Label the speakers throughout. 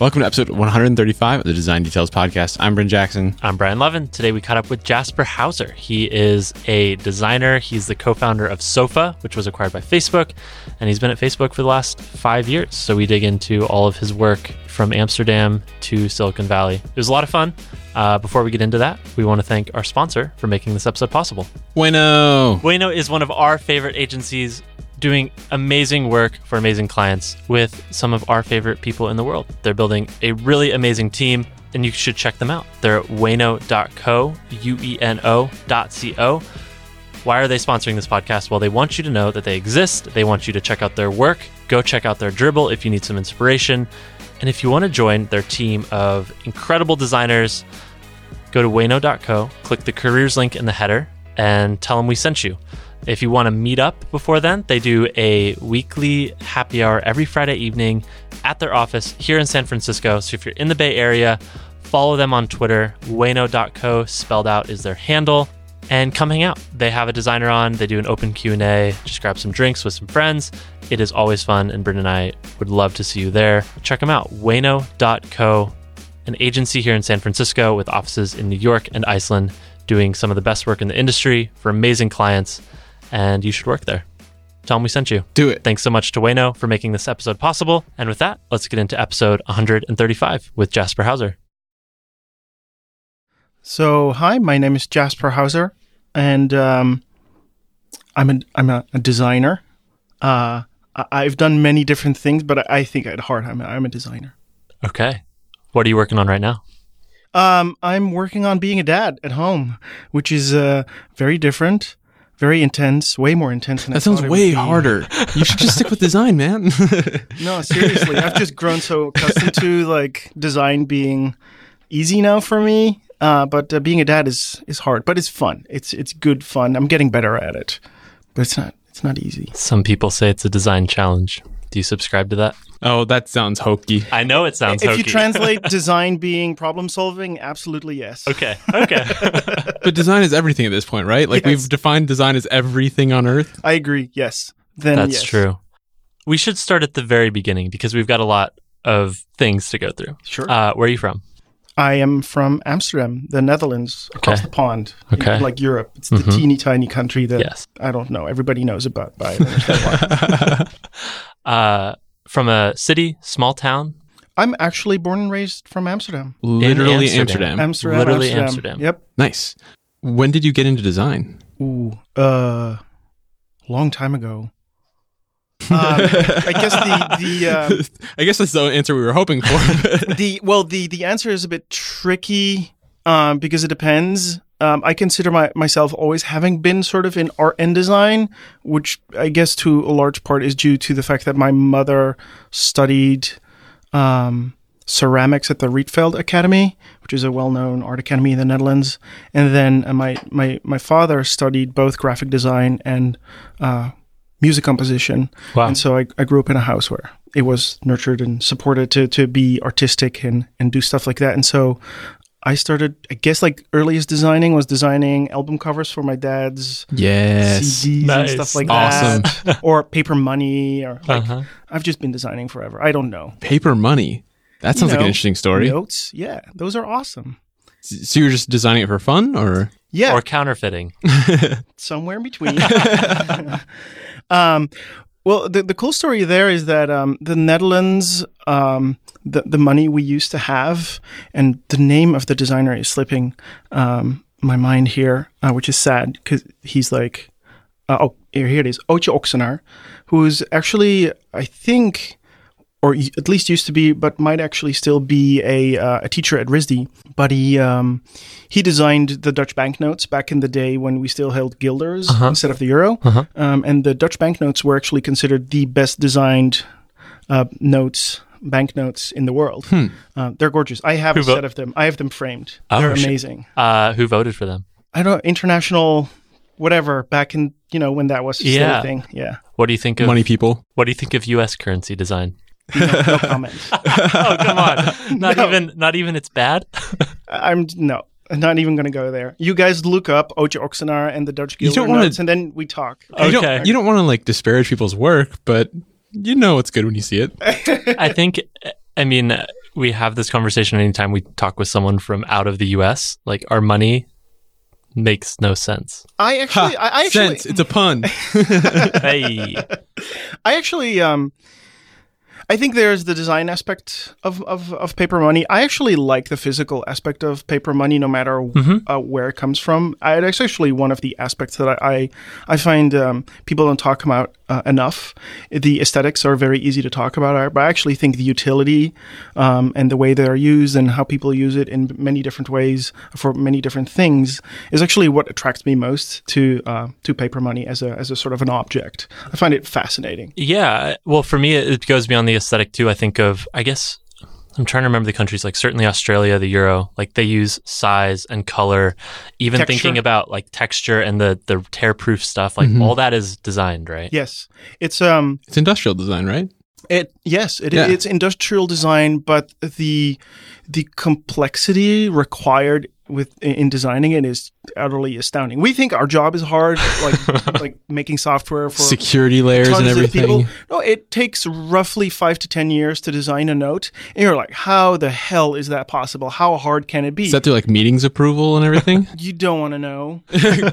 Speaker 1: Welcome to episode 135 of the Design Details Podcast. I'm Bryn Jackson.
Speaker 2: I'm Brian Levin. Today we caught up with Jasper Hauser. He is a designer. He's the co-founder of Sofa, which was acquired by Facebook, and he's been at Facebook for the last five years. So we dig into all of his work from Amsterdam to Silicon Valley. It was a lot of fun. Uh, before we get into that, we want to thank our sponsor for making this episode possible.
Speaker 1: Bueno.
Speaker 2: Bueno is one of our favorite agencies doing amazing work for amazing clients with some of our favorite people in the world. They're building a really amazing team and you should check them out. They're at wayno.co, U E N O dot C O. Why are they sponsoring this podcast? Well, they want you to know that they exist. They want you to check out their work. Go check out their dribble if you need some inspiration. And if you want to join their team of incredible designers, go to wayno.co, click the careers link in the header, and tell them we sent you. If you want to meet up before then, they do a weekly happy hour every Friday evening at their office here in San Francisco. So if you're in the Bay Area, follow them on Twitter. Wayno.co spelled out is their handle. And come hang out. They have a designer on. They do an open Q and A. Just grab some drinks with some friends. It is always fun, and Brendan and I would love to see you there. Check them out. Wayno.co, an agency here in San Francisco with offices in New York and Iceland, doing some of the best work in the industry for amazing clients and you should work there. Tell them we sent you.
Speaker 1: Do it.
Speaker 2: Thanks so much to Wayno for making this episode possible. And with that, let's get into episode 135 with Jasper Hauser.
Speaker 3: So, hi, my name is Jasper Hauser, and um, I'm a, I'm a, a designer. Uh, I- I've done many different things, but I, I think at heart I'm a, I'm a designer.
Speaker 2: Okay. What are you working on right now?
Speaker 3: Um, I'm working on being a dad at home, which is uh, very different, very intense, way more intense. Than I
Speaker 1: That sounds
Speaker 3: thought it
Speaker 1: way
Speaker 3: would be.
Speaker 1: harder. You should just stick with design, man.
Speaker 3: No, seriously, I've just grown so accustomed to like design being easy now for me. Uh, but uh, being a dad is is hard, but it's fun. It's it's good fun. I'm getting better at it, but it's not it's not easy.
Speaker 2: Some people say it's a design challenge. Do you subscribe to that?
Speaker 1: oh, that sounds hokey.
Speaker 2: I know it sounds
Speaker 3: if
Speaker 2: hokey.
Speaker 3: you translate design being problem solving, absolutely yes.
Speaker 2: okay. Okay.
Speaker 1: But design is everything at this point, right? Like
Speaker 3: Yes.
Speaker 1: we've defined design as everything on earth.
Speaker 3: I agree. Yes. Then
Speaker 2: That's
Speaker 3: yes.
Speaker 2: true. We should start at the very beginning because we've got a lot of things to go through.
Speaker 3: Sure.
Speaker 2: Uh, where are you from?
Speaker 3: I am from Amsterdam, the Netherlands, across
Speaker 2: Okay.
Speaker 3: the pond.
Speaker 2: Okay.
Speaker 3: Like Europe. It's the
Speaker 2: Mm-hmm.
Speaker 3: teeny tiny country that
Speaker 2: Yes.
Speaker 3: I don't know. Everybody knows about but I don't understand why.
Speaker 2: Uh, from a city, small town,
Speaker 3: I'm actually born and raised from Amsterdam.
Speaker 1: Literally Amsterdam.
Speaker 2: Amsterdam.
Speaker 3: Amsterdam.
Speaker 2: Literally Amsterdam.
Speaker 3: Yep.
Speaker 1: Nice. When did you get into design?
Speaker 3: Ooh, uh, long time ago. Um, I guess the the um,
Speaker 1: I guess that's the answer we were hoping for.
Speaker 3: the well the the answer is a bit tricky um, because it depends. Um, I consider my, myself always having been sort of in art and design, which I guess to a large part is due to the fact that my mother studied um, ceramics at the Rietveld Academy, which is a well-known art academy in the Netherlands, and then uh, my my my father studied both graphic design and uh, music composition.
Speaker 2: Wow.
Speaker 3: And so I, I grew up in a house where it was nurtured and supported to to be artistic and and do stuff like that. And so I started, I guess, like earliest designing was designing album covers for my dad's.
Speaker 1: yes.
Speaker 3: CDs
Speaker 2: Nice.
Speaker 3: and stuff like
Speaker 1: Awesome.
Speaker 3: that, or paper money, or like,
Speaker 2: Uh-huh.
Speaker 3: I've just been designing forever. I don't know
Speaker 1: Paper money. That
Speaker 3: You
Speaker 1: sounds like an
Speaker 3: know,
Speaker 1: interesting story.
Speaker 3: notes. Yeah, those are awesome.
Speaker 1: S- So you were just designing it for fun, or
Speaker 3: Yeah,
Speaker 2: or counterfeiting.
Speaker 3: somewhere in between. um, well, the, the cool story there is that um, the Netherlands, um, the, the money we used to have, and the name of the designer is slipping um, my mind here, uh, which is sad because he's like, uh, oh, here, here it is, Ootje Oxenaar, who's actually, I think, or y- at least used to be, but might actually still be a, uh, a teacher at RISD. But he um, he designed the Dutch banknotes back in the day when we still held guilders
Speaker 2: Uh-huh.
Speaker 3: instead of the euro. Um, and the Dutch banknotes were actually considered the best designed uh, notes banknotes in the world. Uh, they're gorgeous. I have
Speaker 2: Hmm. Who
Speaker 3: a
Speaker 2: vo-
Speaker 3: set of them. I have them framed.
Speaker 2: Oh,
Speaker 3: they're
Speaker 2: shit.
Speaker 3: amazing.
Speaker 2: Uh, who voted for them?
Speaker 3: I don't know, international whatever back in you know when that was still
Speaker 2: Yeah.
Speaker 3: a thing. Yeah.
Speaker 2: What do you think of
Speaker 1: money people?
Speaker 2: What do you think of U.S. currency design?
Speaker 3: No comment.
Speaker 2: oh come on! Not even not even it's bad.
Speaker 3: I'm no. I'm not even going to go there. You guys look up Ocho Oxenar and the Dutch
Speaker 1: You
Speaker 3: Guild
Speaker 1: don't wanna- Uh,
Speaker 3: notes, and then we talk.
Speaker 1: You
Speaker 2: Okay.
Speaker 1: don't, you don't want to like disparage people's work, but you know it's good when you see it.
Speaker 2: I think. I mean, uh, we have this conversation anytime we talk with someone from out of the US. Like our money makes no sense.
Speaker 3: I actually, I, I actually,
Speaker 1: Sense. It's a pun.
Speaker 2: hey,
Speaker 3: I actually, um, I think there's the design aspect of, of, of paper money. I actually like the physical aspect of paper money, no matter uh, where it comes from. I, it's actually one of the aspects that I I, I find um, people don't talk about uh, enough. The aesthetics are very easy to talk about, but I actually think the utility um, and the way they are used and how people use it in many different ways for many different things is actually what attracts me most to uh, to paper money as a as a sort of an object. I find it fascinating.
Speaker 2: Yeah. Well, for me, it it goes beyond the aesthetic too. I think of, I guess, I'm trying to remember the countries, like certainly Australia, the euro, like they use size and color, even
Speaker 3: Texture.
Speaker 2: thinking about like texture and the, the tear proof stuff,
Speaker 3: Mm-hmm.
Speaker 2: like all that is designed, right?
Speaker 3: Yes, it's um,
Speaker 1: It's industrial design, right?
Speaker 3: It yes, it,
Speaker 1: Yeah.
Speaker 3: it's industrial design, but the the complexity required with in designing it is utterly astounding. We think our job is hard, like like making software for
Speaker 1: Security layers and
Speaker 3: tons of
Speaker 1: everything.
Speaker 3: people. No, it takes roughly five to ten years to design a note, and you're like, how the hell is that possible? How hard can it be?
Speaker 1: Is that through like meetings approval and everything?
Speaker 3: you don't want to know.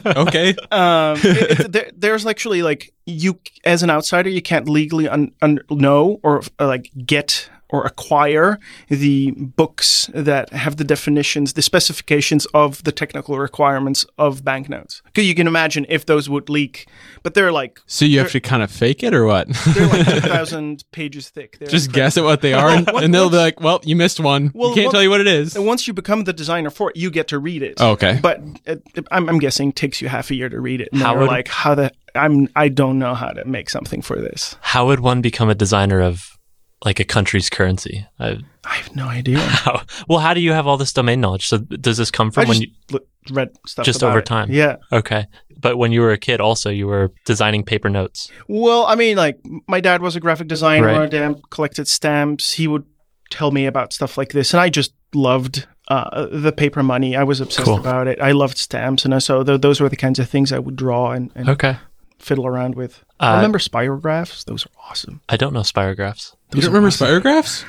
Speaker 1: okay.
Speaker 3: um, it- it's- there, there's actually like you as an outsider you can't legally un, un, know or uh, like get or acquire the books that have the definitions the specifications of the technical requirements of banknotes because you can imagine if those would leak but they're like
Speaker 1: So you have to kind of fake it or what?
Speaker 3: they're like 2000 pages thick they're
Speaker 1: Just guess at what they are, and, and they'll be like, "Well, you missed one.
Speaker 3: Well,
Speaker 1: we can't
Speaker 3: what-
Speaker 1: tell you what it is."
Speaker 3: And once you become the designer for it, you get to read it.
Speaker 1: Oh, okay.
Speaker 3: But it, I'm, I'm guessing it takes you half a year to read it. And
Speaker 2: How
Speaker 3: how are
Speaker 2: would-
Speaker 3: like how the I'm I don't know how to make something for this.
Speaker 2: How would one become a designer of like a country's currency? I,
Speaker 3: I have no idea.
Speaker 2: how, well, how do you have all this domain knowledge? So does this come from
Speaker 3: I
Speaker 2: when
Speaker 3: just
Speaker 2: you,
Speaker 3: l- read stuff
Speaker 2: Just
Speaker 3: about
Speaker 2: over
Speaker 3: it.
Speaker 2: time.
Speaker 3: Yeah.
Speaker 2: okay. But when you were a kid also, you were designing paper notes.
Speaker 3: Well, I mean, like my dad was a graphic designer.
Speaker 2: Right.
Speaker 3: My dad collected stamps. He would tell me about stuff like this, and I just loved. Uh, the paper money. I was obsessed
Speaker 2: Cool.
Speaker 3: about it. I loved stamps, and so th- those were the kinds of things I would draw and, and
Speaker 2: Okay.
Speaker 3: fiddle around with.
Speaker 2: Uh,
Speaker 3: I remember spirographs; those are awesome.
Speaker 2: I don't know spirographs.
Speaker 1: you don't remember spirographs?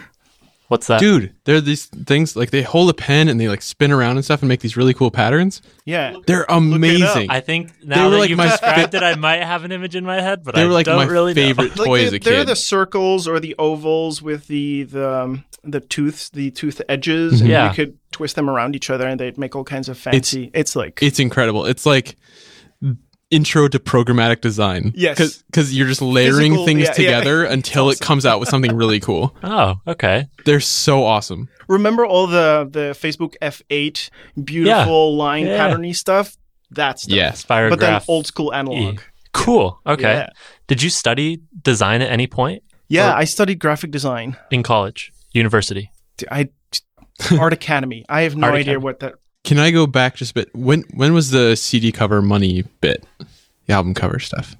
Speaker 2: What's that?
Speaker 1: Dude, there are these things like they hold a pen and they like spin around and stuff and make these really cool patterns.
Speaker 3: Yeah,
Speaker 1: They're
Speaker 3: it up.
Speaker 1: amazing.
Speaker 2: I think now
Speaker 1: were
Speaker 2: that
Speaker 1: like
Speaker 2: you've
Speaker 1: my
Speaker 2: described it, I might have an image in my head, but
Speaker 1: they
Speaker 2: I
Speaker 1: were like
Speaker 2: don't
Speaker 1: my
Speaker 2: really
Speaker 1: favorite
Speaker 3: like
Speaker 1: toy
Speaker 3: they-
Speaker 1: as a
Speaker 3: they're
Speaker 1: kid.
Speaker 3: the circles or the ovals with the the um, the tooths, the tooth edges, and
Speaker 2: Yeah.
Speaker 3: you could twist them around each other, and they'd make all kinds of fancy. It's, like
Speaker 1: it's incredible. It's like intro to programmatic design.
Speaker 3: Yes.
Speaker 1: Because you're just layering
Speaker 3: Physical,
Speaker 1: things
Speaker 3: yeah, yeah.
Speaker 1: together until it comes out with something really cool.
Speaker 2: know. Oh, okay.
Speaker 1: They're so awesome.
Speaker 3: remember all the the Facebook F8 beautiful line
Speaker 2: Yeah.
Speaker 3: patterny stuff. That's
Speaker 1: Yeah.
Speaker 2: Spirograph.
Speaker 3: but then old school analog.
Speaker 2: E. Cool. Okay.
Speaker 3: Yeah.
Speaker 2: Did you study design at any point
Speaker 3: Yeah, I studied graphic design. in
Speaker 2: in college, university?
Speaker 3: I Art Academy. I have no
Speaker 2: Art
Speaker 3: idea
Speaker 2: Academy.
Speaker 3: what that.
Speaker 1: Can I go back just a bit? When when was the CD cover money bit? The album cover stuff.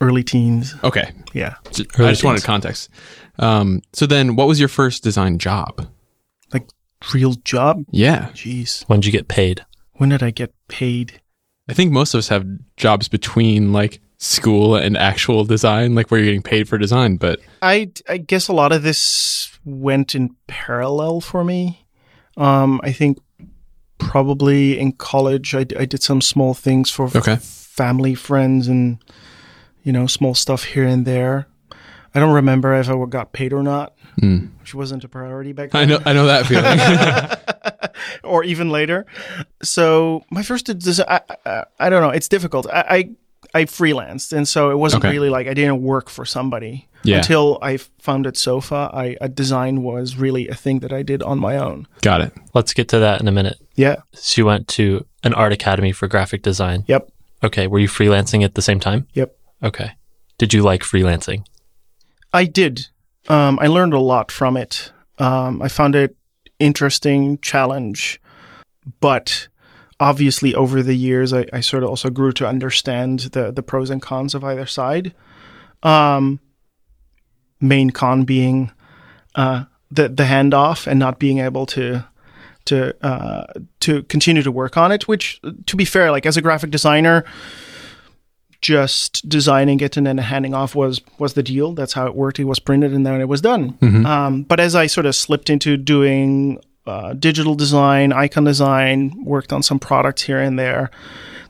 Speaker 3: Early teens.
Speaker 1: Okay.
Speaker 3: Yeah,
Speaker 1: J-
Speaker 2: Early
Speaker 1: I just wanted
Speaker 2: things.
Speaker 1: context. Um, so then, what was your first design job?
Speaker 3: like real job.
Speaker 1: Yeah.
Speaker 3: Jeez,
Speaker 2: When did you get paid?
Speaker 3: when did I get paid?
Speaker 1: I think most of us have jobs between like school and actual design, like where you're getting paid for design. But
Speaker 3: I, I guess a lot of this went in parallel for me. Um, I think probably in college I, d- I did some small things for f-
Speaker 1: Okay.
Speaker 3: family, friends, and you know small stuff here and there. I don't remember if I got paid or not, which wasn't a priority back then
Speaker 1: Hmm. I know I know that feeling.
Speaker 3: or even later. So my first design, I, I, I don't know. It's difficult. I, I I freelanced, and so it wasn't
Speaker 1: Okay.
Speaker 3: really like I didn't work for somebody
Speaker 1: Yeah.
Speaker 3: until I founded Sofa. I a design was really a thing that I did on my own.
Speaker 1: Got it.
Speaker 2: Let's get to that in a minute.
Speaker 3: Yeah.
Speaker 2: So you went to an art academy for graphic design.
Speaker 3: Yep.
Speaker 2: Okay. Were you freelancing at the same time?
Speaker 3: Yep.
Speaker 2: Okay. Did you like freelancing?
Speaker 3: I did. Um, I learned a lot from it. Um, I found it interesting challenge, but obviously over the years, I, I sort of also grew to understand the the pros and cons of either side. Um, main con being uh, the the handoff and not being able to to uh, to continue to work on it. Which, to be fair, like as a graphic designer, just designing it and then handing off was was the deal. That's how it worked. It was printed and then it was done. Um, but as I sort of slipped into doing uh, digital design, icon design, worked on some products here and there,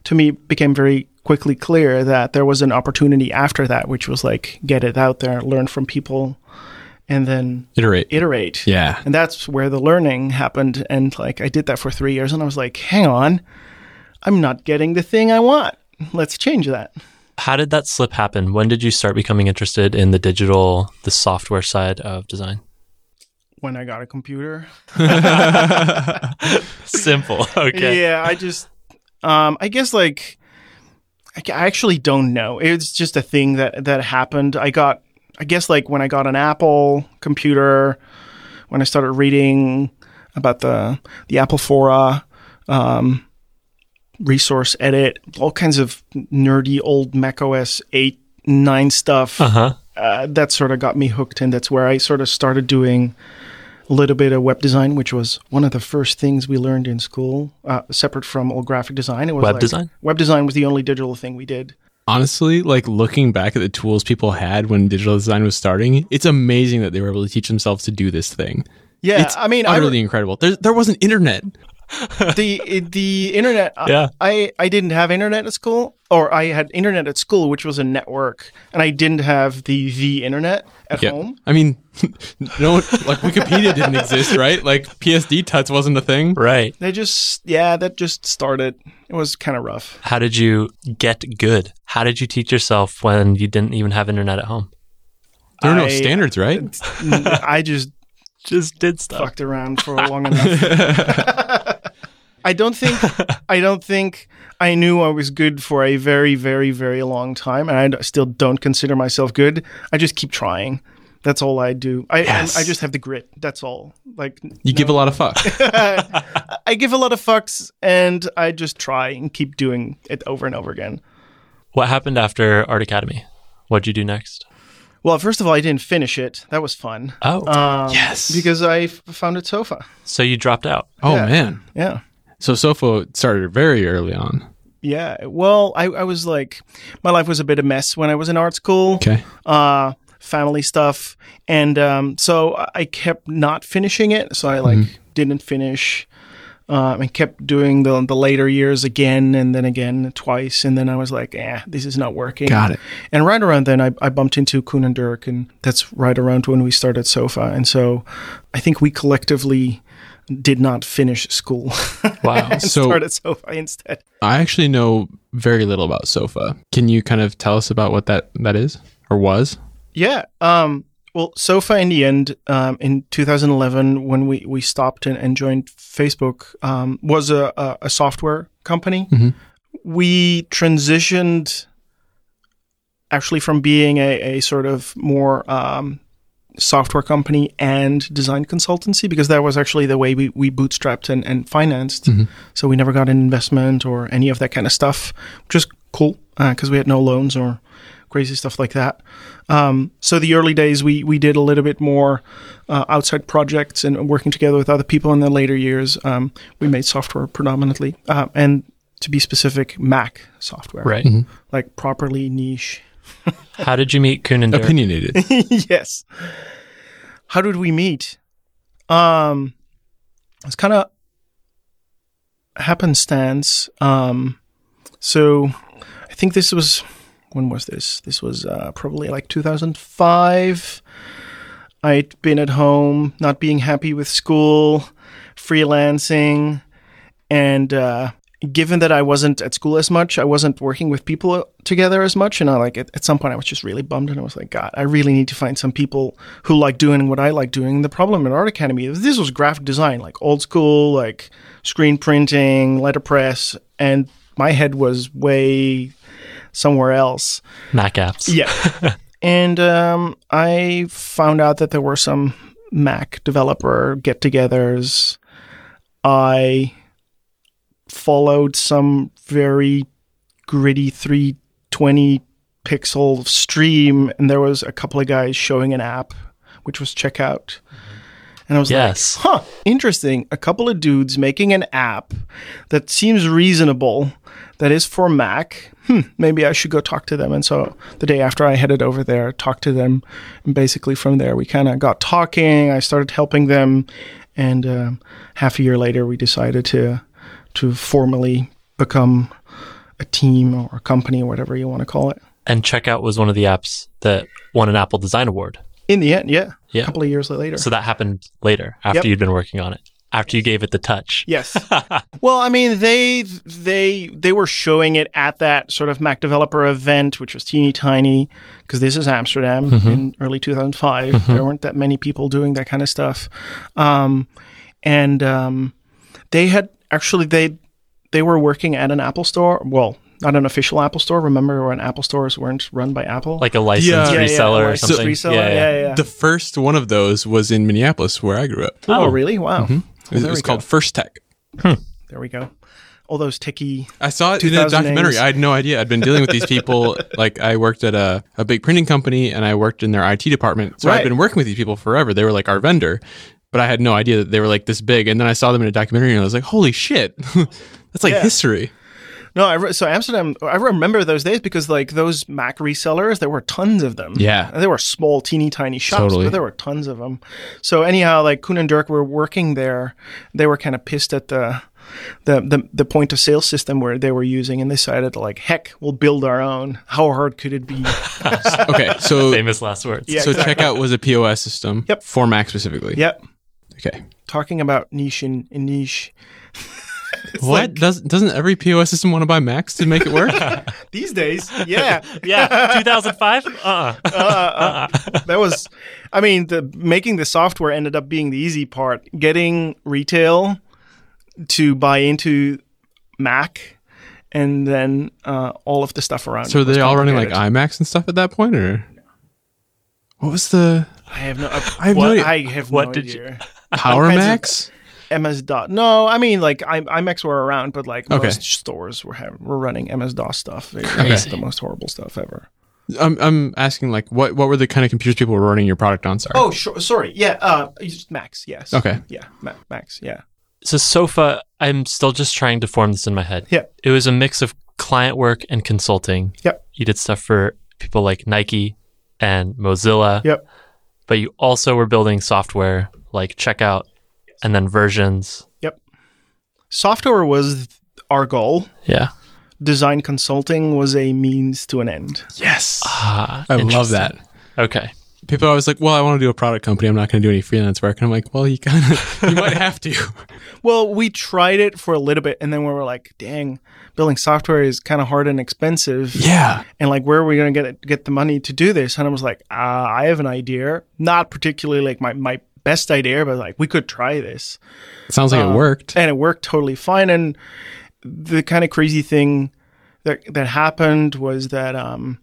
Speaker 3: to me it became very quickly clear that there was an opportunity after that, which was like get it out there, learn from people, and then
Speaker 1: Iterate.
Speaker 3: iterate.
Speaker 1: yeah.
Speaker 3: And that's where the learning happened. And like I did that for three years and I was like, hang on, I'm not getting the thing I want. Let's change that.
Speaker 2: How did that slip happen? When did you start becoming interested in the digital, the software side of design?
Speaker 3: When I got a computer.
Speaker 2: Simple. Okay.
Speaker 3: Yeah, I just, um, I guess like, I ca- I actually don't know. It's just a thing that that happened. I got, I guess like when I got an Apple computer, when I started reading about the the Apple Fora, um, resource edit, all kinds of nerdy old Mac OS eight nine stuff
Speaker 2: Uh huh.
Speaker 3: uh, that sort of got me hooked, and that's where I sort of started doing a little bit of web design, which was one of the first things we learned in school, uh, separate from all graphic design. It was
Speaker 2: Web
Speaker 3: like-
Speaker 2: design?
Speaker 3: Web design was the only digital thing we did.
Speaker 1: Honestly, like looking back at the tools people had when digital design was starting, it's amazing that they were able to teach themselves to do this thing.
Speaker 3: Yeah,
Speaker 1: it's
Speaker 3: I mean, I,
Speaker 1: utterly incredible. There, there wasn't internet.
Speaker 3: the the internet. I-
Speaker 2: Yeah.
Speaker 3: I I didn't have internet at school, or I had internet at school, which was a network, and I didn't have the the internet at
Speaker 1: Yeah.
Speaker 3: home.
Speaker 1: I mean, no, like Wikipedia didn't exist, right? Like PSD Tuts wasn't a thing.
Speaker 2: Right.
Speaker 3: They just yeah, that just started. It was kind of rough.
Speaker 2: How did you get good? How did you teach yourself when you didn't even have internet at home?
Speaker 1: There were no
Speaker 3: I-
Speaker 1: standards, right?
Speaker 3: I just
Speaker 2: Just did stuff.
Speaker 3: fucked around for long enough. I don't think I don't think I knew I was good for a very very very long time, and I d- still don't consider myself good. I just keep trying. That's all I do. I
Speaker 1: Yes.
Speaker 3: I just have the grit. That's all. Like
Speaker 1: You give a lot of fuck.
Speaker 3: I give a lot of fucks, and I just try and keep doing it over and over again.
Speaker 2: What happened after Art Academy? What'd you do next?
Speaker 3: Well, first of all, I didn't finish it. That was fun Um,
Speaker 2: Oh,
Speaker 3: Uh,
Speaker 1: yes.
Speaker 3: because I f- founded Sofa.
Speaker 2: so you dropped out.
Speaker 1: oh
Speaker 3: yeah.
Speaker 1: man.
Speaker 3: Yeah.
Speaker 1: So Sofo started very early on.
Speaker 3: Yeah. Well, I, I was like, my life was a bit of a mess when I was in art school.
Speaker 1: Okay.
Speaker 3: uh, family stuff, and um, so I- I kept not finishing it. So I like
Speaker 1: Mm-hmm.
Speaker 3: didn't finish. Uh, and kept doing the the later years again and then again twice and then I was like, eh, this is not working.
Speaker 1: Got it.
Speaker 3: And right around then, I, I bumped into Kuhn and Dirk, and that's right around when we started Sofa. And so, I think we collectively did not finish school
Speaker 2: Wow.
Speaker 3: and
Speaker 1: So-
Speaker 3: started Sofa instead.
Speaker 1: I actually know very little about Sofa. Can you kind of tell us about what that that is or was?
Speaker 3: Yeah. Um, well, SOFA in the end, um, in 2011, when we, we stopped and, and joined Facebook, um, was a, a, a software company.
Speaker 1: Mhm.
Speaker 3: We transitioned actually from being a, a sort of more um, software company and design consultancy because that was actually the way we, we bootstrapped and, and financed. So we never got an investment or any of that kind of stuff, which is cool because we had no loans or crazy stuff like that. Um, so the early days, we we did a little bit more uh, outside projects and working together with other people. In the later years, um, we made software predominantly, uh, and to be specific, Mac software,
Speaker 2: Right.
Speaker 3: Like properly niche.
Speaker 2: How did you meet Kuhn and Dirk?
Speaker 1: Opinionated.
Speaker 3: yes. How did we meet? Um, it's kind of happenstance. Um, so I think this was when was this? This was uh, probably like 2005. I'd been at home, not being happy with school, freelancing, and uh, given that I wasn't at school as much, I wasn't working with people together as much, and I like at, at some point I was just really bummed, and I was like, God, I really need to find some people who like doing what I like doing. The problem at Art Academy is this was graphic design, like old school, like screen printing, letterpress, and my head was way somewhere else.
Speaker 2: Mac apps.
Speaker 3: Yeah. and um, I found out that there were some Mac developer get togethers. I followed some very gritty 320 pixel stream, and there was a couple of guys showing an app, which was Checkout. And I was
Speaker 2: Yes.
Speaker 3: like, huh, interesting. A couple of dudes making an app that seems reasonable, that is for Mac. Hmm, maybe I should go talk to them. And so the day after I headed over there, talked to them. And basically from there, we kind of got talking. I started helping them. And um, half a year later, we decided to to formally become a team or a company, whatever you want to call it.
Speaker 2: And Checkout was one of the apps that won an Apple Design Award.
Speaker 3: In the end, yeah.
Speaker 2: Yeah.
Speaker 3: A couple of years later.
Speaker 2: So that happened later after
Speaker 3: Yep.
Speaker 2: you'd been working on it, after you gave it the touch.
Speaker 3: Yes. well, I mean, they they they were showing it at that sort of Mac developer event, which was teeny tiny, because this is Amsterdam in early 2005. There weren't that many people doing that kind of stuff, um, and um, they had actually they they were working at an Apple store. Well, not an official Apple store. Remember when Apple stores weren't run by Apple?
Speaker 2: Like a licensed
Speaker 1: Yeah.
Speaker 3: Yeah, yeah,
Speaker 2: reseller or
Speaker 3: licensed
Speaker 2: something.
Speaker 3: reseller. yeah, yeah.
Speaker 1: The first one of those was in Minneapolis, where I grew up.
Speaker 3: oh, really? Wow.
Speaker 1: It was,
Speaker 3: there we go.
Speaker 1: called First Tech.
Speaker 3: There we go. All those techie.
Speaker 1: I saw it in a
Speaker 3: 2000
Speaker 1: documentary.
Speaker 3: names.
Speaker 1: I had no idea. I'd been dealing with these people. like I worked at a, a big printing company and I worked in their IT department. So
Speaker 3: Right.
Speaker 1: I'd been working with these people forever. They were like our vendor, but I had no idea that they were like this big. And then I saw them in a documentary and I was like, holy shit. That's like
Speaker 3: Yeah.
Speaker 1: history.
Speaker 3: No, I re- so Amsterdam. I remember those days because like those Mac resellers, there were tons of them.
Speaker 1: Yeah.
Speaker 3: And they were small, teeny tiny shops,
Speaker 1: Totally.
Speaker 3: but there were tons of them. So anyhow, like Kuhn and Dirk were working there. They were kind of pissed at the. The, the, the point of sale system where they were using and decided like heck we'll build our own how hard could it be
Speaker 1: Okay. So,
Speaker 2: Famous last words.
Speaker 3: Yeah.
Speaker 1: so
Speaker 3: exactly.
Speaker 1: checkout was a POS system
Speaker 3: Yep.
Speaker 1: for Mac specifically.
Speaker 3: yep
Speaker 1: Okay.
Speaker 3: talking about niche and, and niche
Speaker 1: what does doesn't every POS system want to buy Macs to make it work?
Speaker 3: these days yeah
Speaker 2: Yeah. 2005? Uh uh
Speaker 3: that was i mean the making the software ended up being the easy part getting retail to buy into mac and then uh, all of the stuff around
Speaker 1: so
Speaker 3: it
Speaker 1: are
Speaker 3: was
Speaker 1: they all running like
Speaker 3: complicated.
Speaker 1: iMacs and stuff at that point, or what was the
Speaker 3: i have no i
Speaker 1: have
Speaker 3: have
Speaker 1: no
Speaker 3: what,
Speaker 1: idea.
Speaker 3: I have
Speaker 2: What
Speaker 3: no
Speaker 2: did you-
Speaker 3: idea.
Speaker 1: Power
Speaker 3: kinds of-
Speaker 1: Macs?
Speaker 3: ms dot no i mean like I, imacs were around but like
Speaker 1: Okay.
Speaker 3: most stores were ha- were running ms dos stuff it was
Speaker 1: Crazy.
Speaker 3: the most horrible stuff ever
Speaker 1: I'm I'm asking like what what were the kind of computers people were running your product on? Sorry.
Speaker 3: oh sure sorry yeah uh max yes
Speaker 1: Okay.
Speaker 3: yeah Ma- max yeah
Speaker 2: So Sofa, I'm still just trying to form this in my head.
Speaker 3: Yeah.
Speaker 2: It was a mix of client work and consulting.
Speaker 3: Yep.
Speaker 2: You did stuff for people like Nike and Mozilla.
Speaker 3: Yep.
Speaker 2: But you also were building software like checkout and then versions.
Speaker 3: software was our goal
Speaker 2: Yeah.
Speaker 3: design consulting was a means to an end. Uh,
Speaker 1: Yes.
Speaker 2: Ah,
Speaker 1: I love
Speaker 2: interesting.
Speaker 1: that.
Speaker 2: Okay.
Speaker 1: People are always like, well, I want to do a product company. I'm not going to do any freelance work. And I'm like, well, you kind of you might have to.
Speaker 3: Well, we tried it for a little bit and then we were like, dang, building software is kind of hard and expensive.
Speaker 1: yeah.
Speaker 3: And like, where are we going to get it, get the money to do this? And I was like, uh, I have an idea. Not particularly like my, my best idea, but like, we could try this.
Speaker 1: sounds like it worked.
Speaker 3: and it worked totally fine. And the kind of crazy thing that that happened was that um,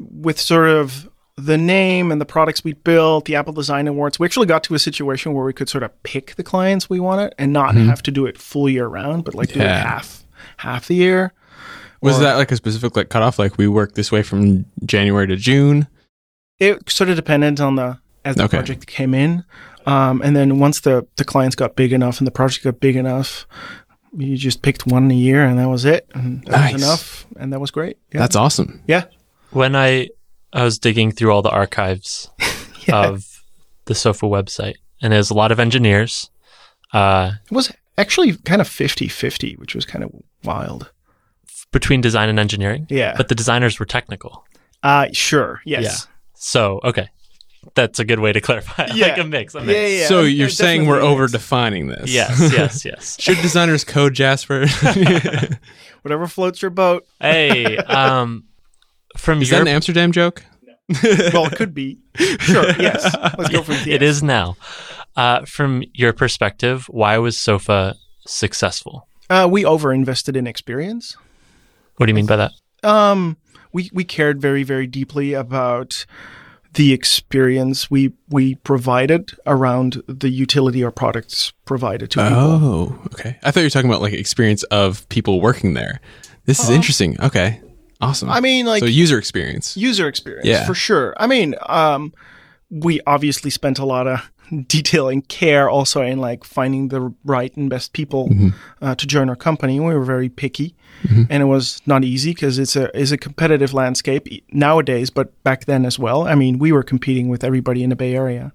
Speaker 3: with sort of the name and the products we built, the Apple Design Awards, we actually got to a situation where we could sort of pick the clients we wanted and not have to do it full year round, but like do it
Speaker 1: Mm-hmm. Yeah.
Speaker 3: half half the year.
Speaker 1: Was that like a specific like cutoff? Like we work this way from January to June.
Speaker 3: It sort of depended on the as the
Speaker 1: Okay.
Speaker 3: project came in, um, and then once the the clients got big enough and the project got big enough, you just picked one a year, and that was it, and that
Speaker 1: Nice.
Speaker 3: was enough, and that was great. Yeah.
Speaker 1: That's awesome.
Speaker 3: yeah,
Speaker 2: When I I was digging through all the archives of the Sofa website, and there's a lot of engineers. Uh,
Speaker 3: it was actually kind of 50-50, which was kind of wild.
Speaker 2: between design and engineering,
Speaker 3: Yeah,
Speaker 2: but the designers were technical.
Speaker 3: uh, sure, yes,
Speaker 2: So, okay. That's a good way to clarify. like
Speaker 3: Yeah.
Speaker 2: a mix. A
Speaker 3: yeah,
Speaker 2: mix.
Speaker 3: yeah. yeah.
Speaker 1: so
Speaker 3: It-
Speaker 1: you're
Speaker 3: it
Speaker 1: saying we're
Speaker 3: definitely
Speaker 1: over
Speaker 3: is.
Speaker 1: defining this?
Speaker 2: Yes, yes, yes.
Speaker 1: Should designers code Jasper? Is
Speaker 3: whatever floats your boat.
Speaker 2: hey, um, from
Speaker 1: that
Speaker 2: your
Speaker 1: an Amsterdam joke?
Speaker 3: Well, it could be. Sure, yes. Let's go for the
Speaker 2: it is now. Uh, from your perspective, why was Sofa successful?
Speaker 3: Uh, we over invested in experience.
Speaker 2: What do you mean by that?
Speaker 3: um we we cared very very deeply about the experience we we provided around the utility our products provided to people
Speaker 1: Oh, okay. I thought you were talking about like experience of people working there. This is interesting. Okay, awesome.
Speaker 3: Uh-huh. i mean like
Speaker 1: so user experience.
Speaker 3: user experience
Speaker 1: Yeah.
Speaker 3: for sure i mean um we obviously spent a lot of detail and care also in like finding the right and best people uh, to join our company. We were very picky, and it was not easy because it's a is a competitive landscape e- nowadays, but back then as well. I mean, we were competing with everybody in the Bay Area,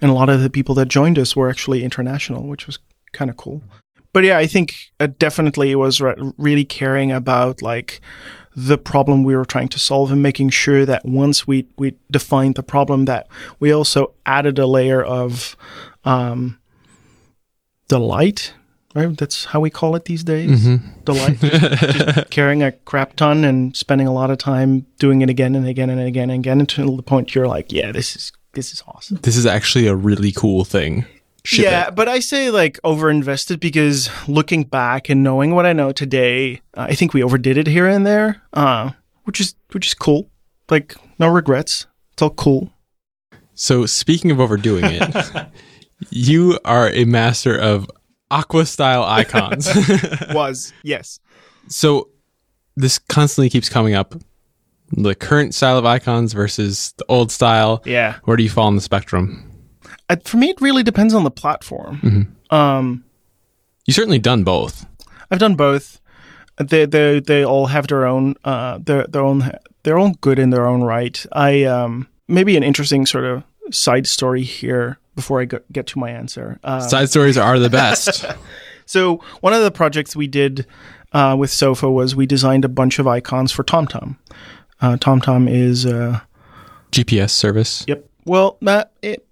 Speaker 3: and a lot of the people that joined us were actually international, which was kind of cool. But yeah, I think uh, definitely it was re- really caring about like the problem we were trying to solve and making sure that once we we defined the problem that we also added a layer of um, delight right that's how we call it these days delight Just carrying a crap ton and spending a lot of time doing it again and again and again and again until the point you're like yeah this is this is awesome
Speaker 1: This is actually a really cool thing. Ship
Speaker 3: yeah,
Speaker 1: it.
Speaker 3: but I say like overinvested because looking back and knowing what I know today, uh, I think we overdid it here and there, uh, which is which is cool. Like no regrets. It's all cool.
Speaker 1: So speaking of overdoing it, you are a master of aqua style icons.
Speaker 3: Was yes.
Speaker 1: so this constantly keeps coming up. The current style of icons versus the old style.
Speaker 3: Yeah.
Speaker 1: Where do you fall on the spectrum?
Speaker 3: I, for me, it really depends on the platform. Um,
Speaker 1: You certainly done both.
Speaker 3: I've done both. They they they all have their own uh their their own their own good in their own right. I um maybe an interesting sort of side story here before I go, get to my answer. Uh,
Speaker 1: Side stories are the best.
Speaker 3: So one of the projects we did uh, with Sofa was we designed a bunch of icons for TomTom. Uh, TomTom is uh,
Speaker 1: GPS service.
Speaker 3: yep. Well, that it,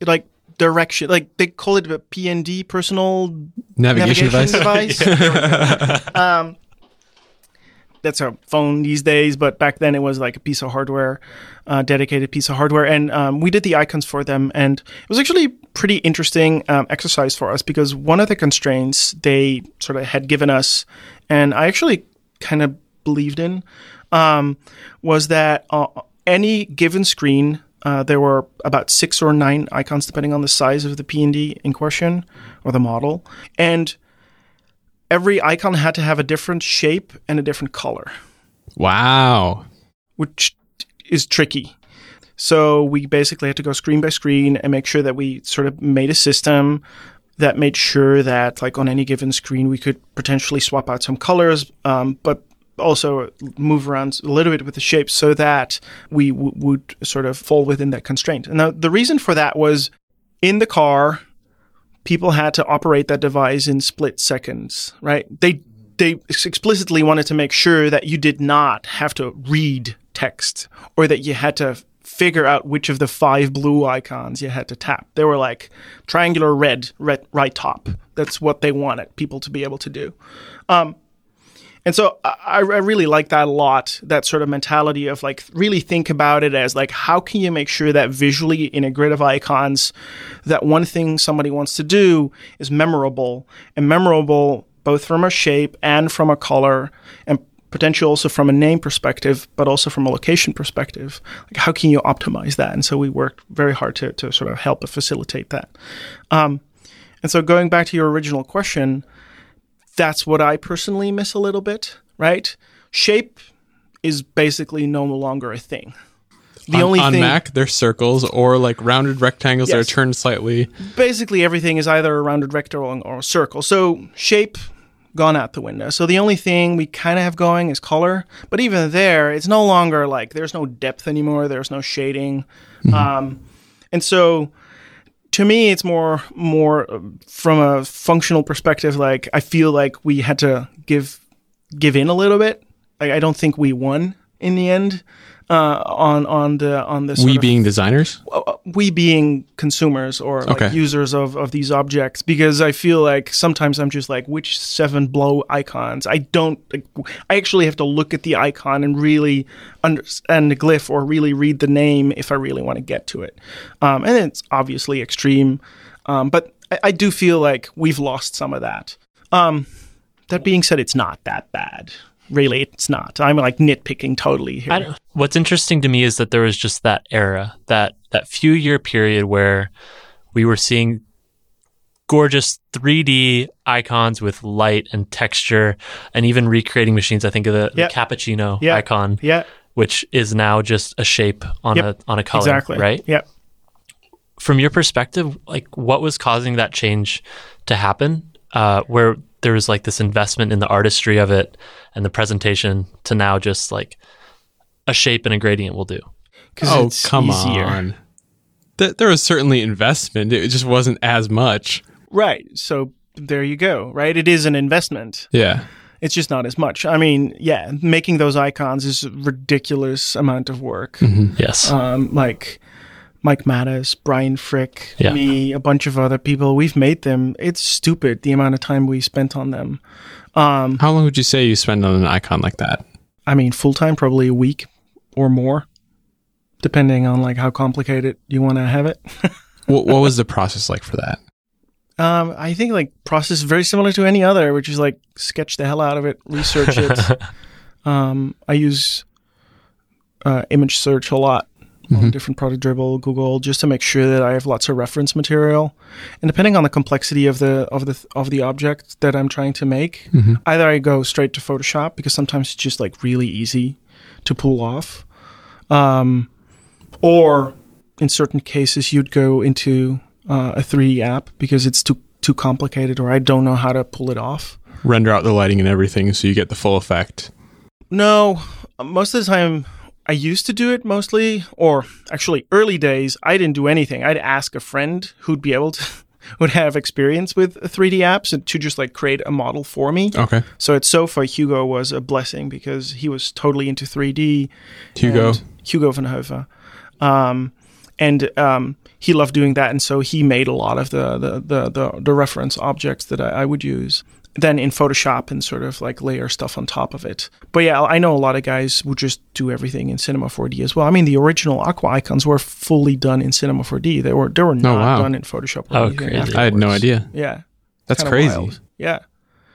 Speaker 3: it like direction, like they call it a PND, personal
Speaker 1: Navigation, device.
Speaker 3: device. um, that's a phone these days, but back then it was like a piece of hardware, uh, dedicated piece of hardware, and um, we did the icons for them, and it was actually pretty interesting um, exercise for us because one of the constraints they sort of had given us, and I actually kind of believed in, um, was that uh, any given screen. Uh, there were about six or nine icons, depending on the size of the PND in question or the model, and every icon had to have a different shape and a different color,
Speaker 1: Wow.
Speaker 3: which is tricky. So we basically had to go screen by screen and make sure that we sort of made a system that made sure that, like, on any given screen, we could potentially swap out some colors, um, but also move around a little bit with the shape so that we w- would sort of fall within that constraint. And now the reason for that was in the car, people had to operate that device in split seconds, right? They they explicitly wanted to make sure that you did not have to read text or that you had to figure out which of the five blue icons you had to tap. They were like triangular red, red right top. That's what they wanted people to be able to do. And so I, I really like that a lot, that sort of mentality of like really think about it as like how can you make sure that visually in a grid of icons, that one thing somebody wants to do is memorable and memorable both from a shape and from a color and potentially also from a name perspective, but also from a location perspective. Like how can you optimize that? And so we worked very hard to, to sort of help facilitate that. Um, and so going back to your original question, that's what I personally miss a little bit, right? Shape is basically no longer a thing. The
Speaker 1: on,
Speaker 3: only
Speaker 1: on
Speaker 3: thing,
Speaker 1: Mac, they're circles or like rounded rectangles that
Speaker 3: Yes.
Speaker 1: are turned slightly.
Speaker 3: basically everything is either a rounded rectangle or a circle. So shape gone out the window. So the only thing we kind of have going is color, but even there, it's no longer like there's no depth anymore. There's no shading, um, and so to me, it's more more uh, from a functional perspective. Like I feel like we had to give give in a little bit. Like I don't think we won in the end uh, on on the on this
Speaker 1: we being designers.
Speaker 3: uh, we being consumers or like
Speaker 1: Okay.
Speaker 3: users of, of these objects because i feel like sometimes i'm just like which seven blow icons i don't like, w- i actually have to look at the icon and really understand the glyph or really read the name if i really want to get to it um, and it's obviously extreme um, but I, I do feel like we've lost some of that um, that being said it's not that bad really it's not i'm like nitpicking totally here
Speaker 2: I don't- what's interesting to me is that there was just that era, that that few year period where we were seeing gorgeous 3D icons with light and texture, and even recreating machines. I think of the, the
Speaker 3: Yep.
Speaker 2: cappuccino
Speaker 3: Yep.
Speaker 2: icon,
Speaker 3: yeah
Speaker 2: which is now just a shape on
Speaker 3: Yep.
Speaker 2: a on a color,
Speaker 3: exactly
Speaker 2: right?
Speaker 3: yeah
Speaker 2: from your perspective, like what was causing that change to happen? Uh, where there was like this investment in the artistry of it and the presentation to now just like a shape and a gradient will do.
Speaker 1: Oh, come on. Th- there was certainly investment. It just wasn't as much.
Speaker 3: Right. So there you go. Right. It is an investment.
Speaker 1: Yeah.
Speaker 3: It's just not as much. I mean, yeah, making those icons is a ridiculous amount of work.
Speaker 2: Yes.
Speaker 3: um, like Mike Mattis, Brian Frick,
Speaker 2: Yeah.
Speaker 3: me, a bunch of other people. We've made them. It's stupid the amount of time we spent on them. Um,
Speaker 1: How long would you say you spend on an icon like that?
Speaker 3: I mean, full time, probably a week or more, depending on like how complicated you want to have it.
Speaker 1: What, what was the process like for that?
Speaker 3: Um, I think like process very similar to any other, which is like sketch the hell out of it, research it. um, I use uh, image search a lot on different product dribble, Google, just to make sure that I have lots of reference material. And depending on the complexity of the of the of the object that I'm trying to make, either I go straight to Photoshop because sometimes it's just like really easy to pull off, um, or in certain cases you'd go into uh, a 3D app because it's too too complicated or I don't know how to pull it off.
Speaker 1: Render out the lighting and everything so you get the full effect.
Speaker 3: No, most of the time I used to do it mostly, or actually early days, I didn't do anything. I'd ask a friend who'd be able to, would have experience with 3D apps and to just like create a model for me.
Speaker 1: Okay.
Speaker 3: So at SOFA, Hugo was a blessing because he was totally into 3D.
Speaker 1: Hugo.
Speaker 3: and Hugo van Hove. Um, and um, he loved doing that. And so he made a lot of the, the, the, the, the reference objects that I, I would use then in Photoshop and sort of like layer stuff on top of it. But yeah, I know a lot of guys who just do everything in Cinema 4D as well. I mean, the original Aqua icons were fully done in Cinema 4D. They were they were not
Speaker 1: Oh, wow.
Speaker 3: done in Photoshop. Or
Speaker 2: Oh,
Speaker 3: anything
Speaker 2: crazy. I had
Speaker 1: I had no
Speaker 3: afterwards.
Speaker 1: idea.
Speaker 3: Yeah.
Speaker 1: That's
Speaker 3: Kinda
Speaker 1: crazy.
Speaker 3: wild. Yeah.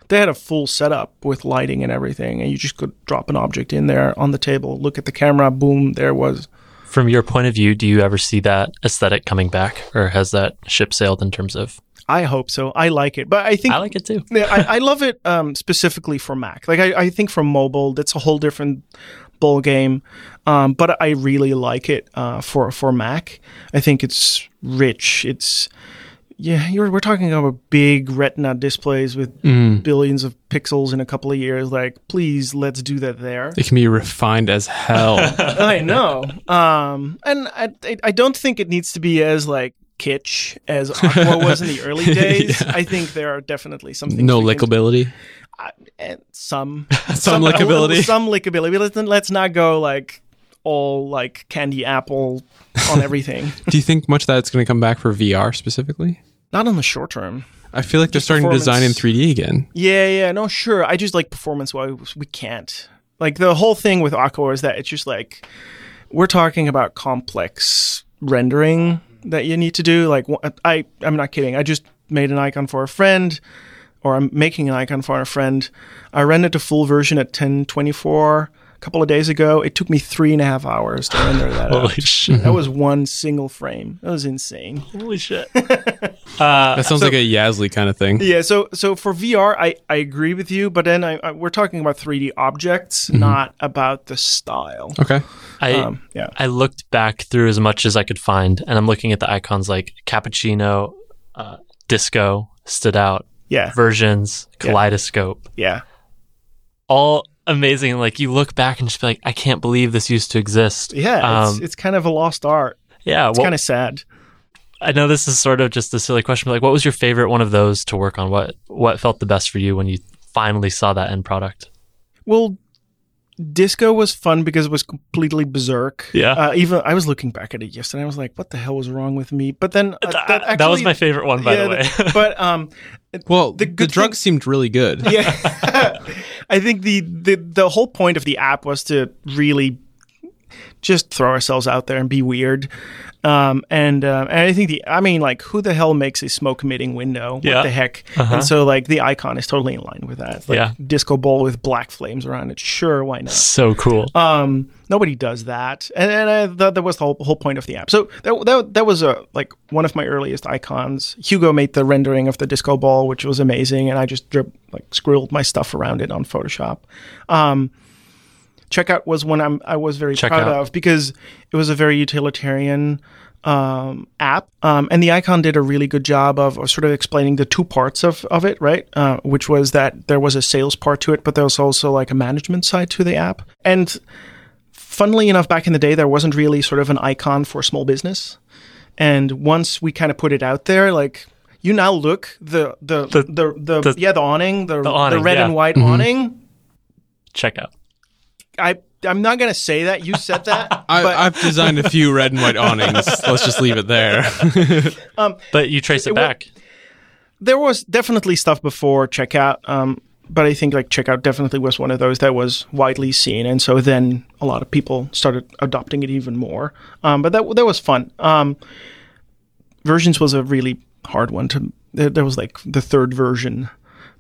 Speaker 3: They had a full setup with lighting and everything, and you just could drop an object in there on the table, look at the camera, boom, there was.
Speaker 2: From your point of view, do you ever see that aesthetic coming back or has that ship sailed in terms of?
Speaker 3: I hope so. I like it. But I think
Speaker 2: I like it too.
Speaker 3: Yeah, I, I love it um, specifically for Mac. Like I, I think for mobile, that's a whole different ball game. Um, but I really like it uh, for for Mac. I think it's rich. It's yeah, you're, we're talking about big retina displays with
Speaker 2: Mm.
Speaker 3: billions of pixels in a couple of years. Like, please, let's do that there.
Speaker 1: It can be refined as hell.
Speaker 3: I know. Um, and I, I- I don't think it needs to be as like kitsch as Aqua was in the early days. I think there are definitely some things
Speaker 1: no
Speaker 3: we can-
Speaker 1: lickability.
Speaker 3: and some
Speaker 1: Some lickability.
Speaker 3: some lickability. But let's, let's not go like all like candy apple on everything.
Speaker 1: Do you think much of that's going to come back for VR specifically?
Speaker 3: not on the short term.
Speaker 1: I feel like they're starting to design in
Speaker 3: performance.
Speaker 1: 3D again.
Speaker 3: Yeah, yeah, no, sure. I just like performance wise, we can't. Like the whole thing with Aqua is that it's just like we're talking about complex rendering that you need to do. Like wh- I, I'm not kidding. I just made an icon for a friend, or I'm making an icon for a friend. I rendered the full version at 1024 a couple of days ago. It took me three and a half hours to render that. out.
Speaker 2: Holy shit.
Speaker 3: That was one single frame. That was insane.
Speaker 2: Holy shit.
Speaker 1: That sounds like a Yazli kind of thing.
Speaker 3: Uh, Yeah, so so for VR, I, I agree with you, but then I, I, we're talking about 3D objects,
Speaker 2: Mm-hmm.
Speaker 3: not about the style.
Speaker 1: Okay.
Speaker 2: I,
Speaker 3: Um, yeah,
Speaker 2: I looked back through as much as I could find, and I'm looking at the icons like cappuccino, uh, disco stood out,
Speaker 3: yeah,
Speaker 2: versions, kaleidoscope,
Speaker 3: yeah,
Speaker 2: all amazing. Like you look back and just be like, I can't believe this used to exist.
Speaker 3: yeah.
Speaker 2: um,
Speaker 3: it's, it's kind of a lost art.
Speaker 2: yeah.
Speaker 3: It's
Speaker 2: what-
Speaker 3: kind of sad.
Speaker 2: I know this is sort of just a silly question, but like, what was your favorite one of those to work on? What what felt the best for you when you finally saw that end product?
Speaker 3: Well, disco was fun because it was completely berserk.
Speaker 2: Yeah.
Speaker 3: uh, even I was looking back at it yesterday. I was like, what the hell was wrong with me? But then uh, that, actually,
Speaker 2: Ah, that was my favorite one, by
Speaker 3: yeah,
Speaker 2: the way.
Speaker 3: that- but um,
Speaker 1: Well, the,
Speaker 3: good
Speaker 1: drugs seemed really good.
Speaker 3: yeah. I think the, the the whole point of the app was to really just throw ourselves out there and be weird. Um, and uh, and I think the I mean like who the hell makes a smoke emitting window? What
Speaker 2: Yeah. Uh-huh.
Speaker 3: the heck? And so like the icon is totally in line with that. Like
Speaker 2: Yeah.
Speaker 3: disco ball with black flames around it. Sure, why not?
Speaker 2: so cool.
Speaker 3: Um, nobody does that, and, and I, that, that was the whole, whole point of the app. So that, that that was a like one of my earliest icons. Hugo made the rendering of the disco ball, which was amazing, and I just drip, like scribbled my stuff around it on Photoshop. Um, checkout was one I'm, I was very
Speaker 2: Checkout.
Speaker 3: proud of because it was a very utilitarian um, app. Um, and the icon did a really good job of, of sort of explaining the two parts of, of it, right? Uh, which was that there was a sales part to it, but there was also like a management side to the app. And funnily enough, back in the day, there wasn't really sort of an icon for small business. And once we kind of put it out there, like you now look the the the, the,
Speaker 2: the-
Speaker 3: yeah the awning the, the,
Speaker 2: awning,
Speaker 3: red
Speaker 2: yeah. Mm-hmm.
Speaker 3: and white awning.
Speaker 2: Check out.
Speaker 3: I I'm not gonna say that you said that,
Speaker 1: I,
Speaker 3: but
Speaker 1: I've designed a few red and white awnings. Let's just leave it there.
Speaker 2: But you trace it,
Speaker 3: It wa-
Speaker 2: back.
Speaker 3: there was definitely stuff before checkout. Um, but I think like checkout definitely was one of those that was widely seen, and so then a lot of people started adopting it even more. Um, but that that was fun. Um, versions was a really hard one to. There, there was like the third version.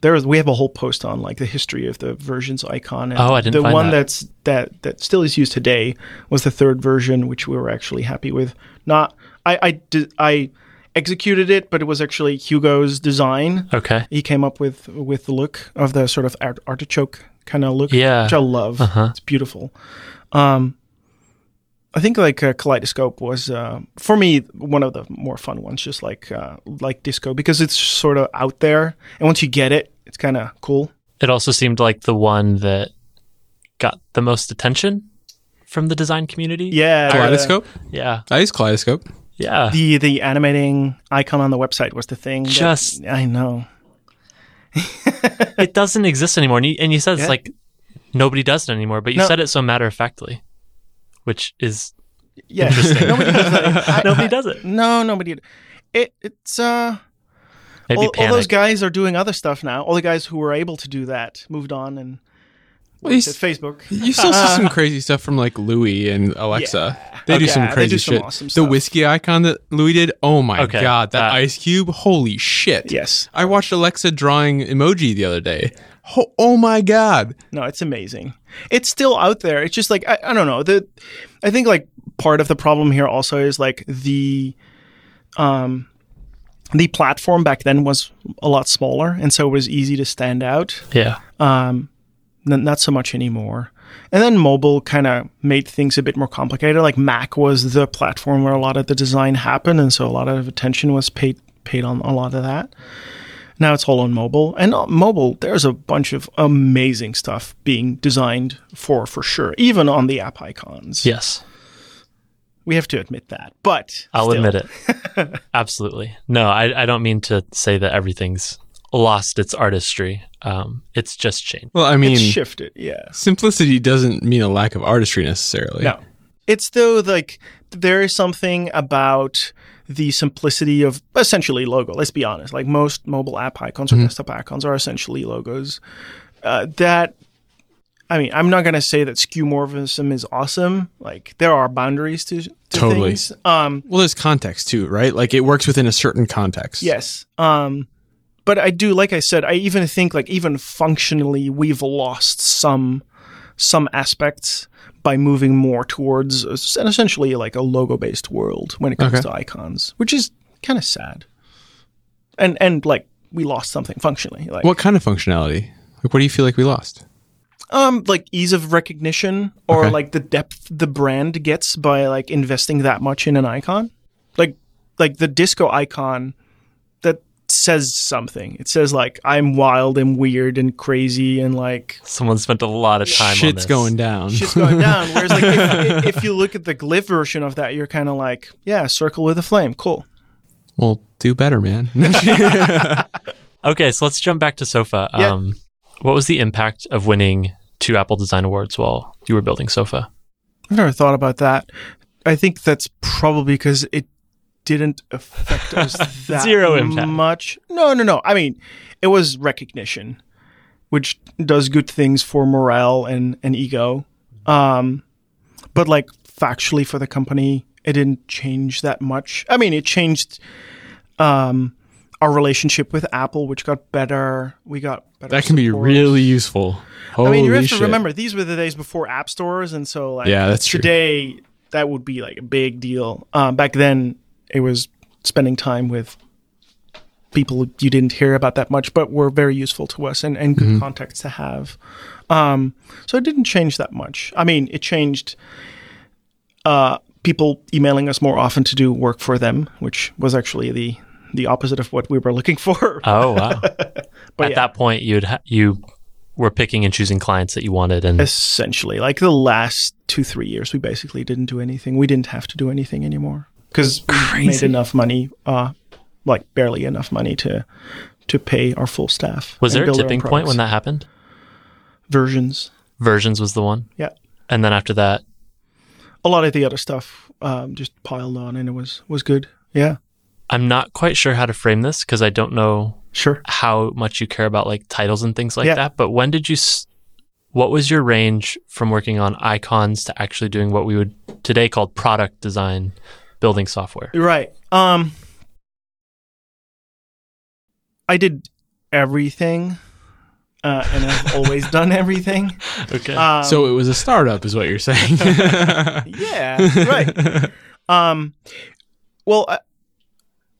Speaker 3: There is, we have a whole post on like the history of the versions icon. And
Speaker 2: Oh, I didn't
Speaker 3: The
Speaker 2: find
Speaker 3: one
Speaker 2: that.
Speaker 3: that's that that still is used today was the third version, which we were actually happy with. Not I I did, I executed it, but it was actually Hugo's design.
Speaker 2: okay.
Speaker 3: He came up with with the look of the sort of art- artichoke kind of look,
Speaker 2: Yeah.
Speaker 3: which I love.
Speaker 2: Uh-huh.
Speaker 3: It's beautiful. Um, I think like uh, Kaleidoscope was uh, for me one of the more fun ones, just like uh, like Disco because it's sort of out there, and once you get it, it's kind of cool.
Speaker 2: It also seemed like the one that got the most attention from the design community.
Speaker 3: Yeah, the-
Speaker 1: Kaleidoscope.
Speaker 2: Yeah.
Speaker 1: I use Kaleidoscope.
Speaker 2: Yeah.
Speaker 3: The the animating icon on the website was the thing. that-
Speaker 2: Just-
Speaker 3: I know.
Speaker 2: it doesn't exist anymore. And you, and you said it's
Speaker 3: Yeah.
Speaker 2: like nobody does it anymore, but you
Speaker 3: No.
Speaker 2: said it so matter of factly, which is
Speaker 3: Yeah, nobody does that. I-
Speaker 2: nobody does it.
Speaker 3: No, nobody. It it's uh
Speaker 2: Maybe
Speaker 3: all, all
Speaker 2: panic.
Speaker 3: those guys are doing other stuff now. All the guys who were able to do that moved on and
Speaker 1: Well, you,
Speaker 3: to
Speaker 1: s-
Speaker 3: Facebook.
Speaker 1: you still see some crazy stuff from like Louis and Alexa. They do
Speaker 3: Okay.
Speaker 1: some
Speaker 3: Oh, They do
Speaker 1: crazy
Speaker 3: some
Speaker 1: shit.
Speaker 3: awesome
Speaker 1: the
Speaker 3: stuff.
Speaker 1: whiskey icon that Louis did. Oh my
Speaker 2: Okay,
Speaker 1: god, that,
Speaker 2: that-
Speaker 1: ice cube. Holy shit.
Speaker 3: Yes.
Speaker 1: I watched Alexa drawing emoji the other day. Ho- oh my god.
Speaker 3: No, it's amazing. It's still out there. It's just like I, I don't know. The I think like part of the problem here also is like the um the platform back then was a lot smaller and so it was easy to stand out.
Speaker 2: yeah.
Speaker 3: um, n- not so much anymore. And then mobile kind of made things a bit more complicated. Like Mac was the platform where a lot of the design happened, and so a lot of attention was paid paid on a lot of that. Now it's all on mobile, and on mobile there's a bunch of amazing stuff being designed for for sure, even on the app icons.
Speaker 2: Yes.
Speaker 3: we have to admit that. But
Speaker 2: I'll
Speaker 3: still.
Speaker 2: admit it. Absolutely. No, I, I don't mean to say that everything's lost its artistry. Um, it's just changed.
Speaker 1: Well, I mean,
Speaker 3: it's shifted. Yeah.
Speaker 1: simplicity doesn't mean a lack of artistry necessarily.
Speaker 3: No. It's though like there is something about the simplicity of essentially logo. Let's be honest. Like most mobile app icons or desktop icons are essentially logos. Uh, that I mean, I'm not gonna say that skeuomorphism is awesome. Like there are boundaries to, to
Speaker 1: Totally.
Speaker 3: things. Um,
Speaker 1: Well, there's context too, right? Like it works within a certain context.
Speaker 3: yes. Um, but I do, like I said, I even think like even functionally we've lost some some aspects by moving more towards es- essentially like a logo based world when it comes
Speaker 1: Okay.
Speaker 3: to icons, which is kind of sad. And and like we lost something functionally, like
Speaker 1: What kind of functionality? Like, what do you feel like we lost?
Speaker 3: um like ease of recognition or
Speaker 1: Okay.
Speaker 3: like the depth the brand gets by like investing that much in an icon, like like the disco icon that says something. It says like I'm wild and weird and crazy and like
Speaker 2: Someone spent a lot of time on
Speaker 1: Shit's
Speaker 2: this.
Speaker 1: going down.
Speaker 3: shit's going down. Whereas, like, if, if- if you look at the glyph version of that, you're kind of like, yeah, circle with a flame, cool.
Speaker 1: well, do better, man.
Speaker 2: Okay, so let's jump back to Sofa.
Speaker 3: Yeah.
Speaker 2: Um, what was the impact of winning two Apple Design Awards while you were building Sofa?
Speaker 3: I've never thought about that. I think that's probably because it didn't affect us that
Speaker 2: Zero impact.
Speaker 3: much. No, no, no. I mean, it was recognition, which does good things for morale and and ego. Um, but like factually for the company, it didn't change that much. I mean, it changed um, our relationship with Apple, which got better. We got better
Speaker 1: that can be
Speaker 3: support.
Speaker 1: really useful. Holy
Speaker 3: I mean, you have to
Speaker 1: shit.
Speaker 3: remember these were the days before app stores, and so like
Speaker 1: Yeah, that's true.
Speaker 3: today that would be like a big deal. Um, back then, it was spending time with people you didn't hear about that much, but were very useful to us and, and good
Speaker 1: Mm-hmm.
Speaker 3: contacts to have. Um, so it didn't change that much. I mean, it changed uh, people emailing us more often to do work for them, which was actually the the opposite of what we were looking for.
Speaker 2: Oh wow!
Speaker 3: But
Speaker 2: At
Speaker 3: yeah.
Speaker 2: that point, you'd ha- you were picking and choosing clients that you wanted, and
Speaker 3: Essentially, like the last two three years, we basically didn't do anything. We didn't have to do anything anymore because we made enough money, uh, like barely enough money to to pay our full staff.
Speaker 2: was
Speaker 3: and
Speaker 2: there a
Speaker 3: build our own
Speaker 2: tipping point when
Speaker 3: products.
Speaker 2: that happened?
Speaker 3: versions?
Speaker 2: Versions was the one,
Speaker 3: Yeah,
Speaker 2: and then after that,
Speaker 3: a lot of the other stuff um, just piled on, and it was was good. Yeah,
Speaker 2: I'm not quite sure how to frame this because I don't know
Speaker 3: sure.
Speaker 2: how much you care about like titles and things like
Speaker 3: Yeah.
Speaker 2: that. But when did you? S- what was your range from working on icons to actually doing what we would today call product design, building software?
Speaker 3: Right. Um I did everything. Uh, and I've always done everything.
Speaker 2: Okay.
Speaker 3: Um,
Speaker 1: so it was a startup, is what you're saying.
Speaker 3: yeah, right. Um, well, uh,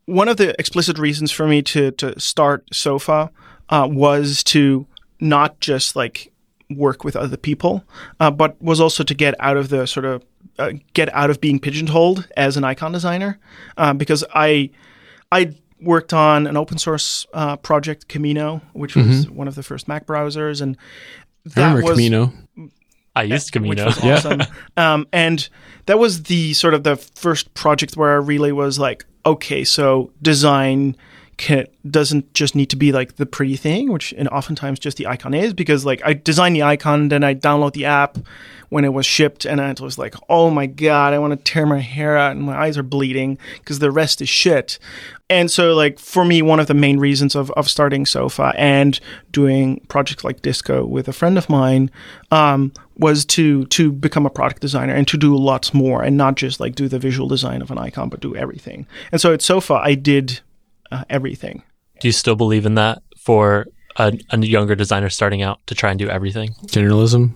Speaker 3: one of the explicit reasons for me to to start Sofa uh, was to not just like work with other people, uh, but was also to get out of the sort of uh, get out of being pigeonholed as an icon designer, uh, because I I worked on an open source uh, project Camino, which was one of the first Mac browsers, and
Speaker 1: Mm-hmm. I
Speaker 3: that
Speaker 1: remember
Speaker 3: was
Speaker 1: Camino.
Speaker 2: I used Camino.
Speaker 3: which was awesome. um, and that was the sort of the first project where I really was like, okay, so design can, doesn't just need to be like the pretty thing, which and oftentimes just the icon is because like I designed the icon, then I download the app when it was shipped, and I was like, oh my god, I want to tear my hair out and my eyes are bleeding because the rest is shit. And so like for me, one of the main reasons of of starting Sofa and doing projects like Disco with a friend of mine um, was to to become a product designer and to do lots more and not just like do the visual design of an icon but do everything and so at sofa i did uh, everything
Speaker 2: Do you still believe in that for a, a younger designer starting out to try and do everything?
Speaker 1: Generalism.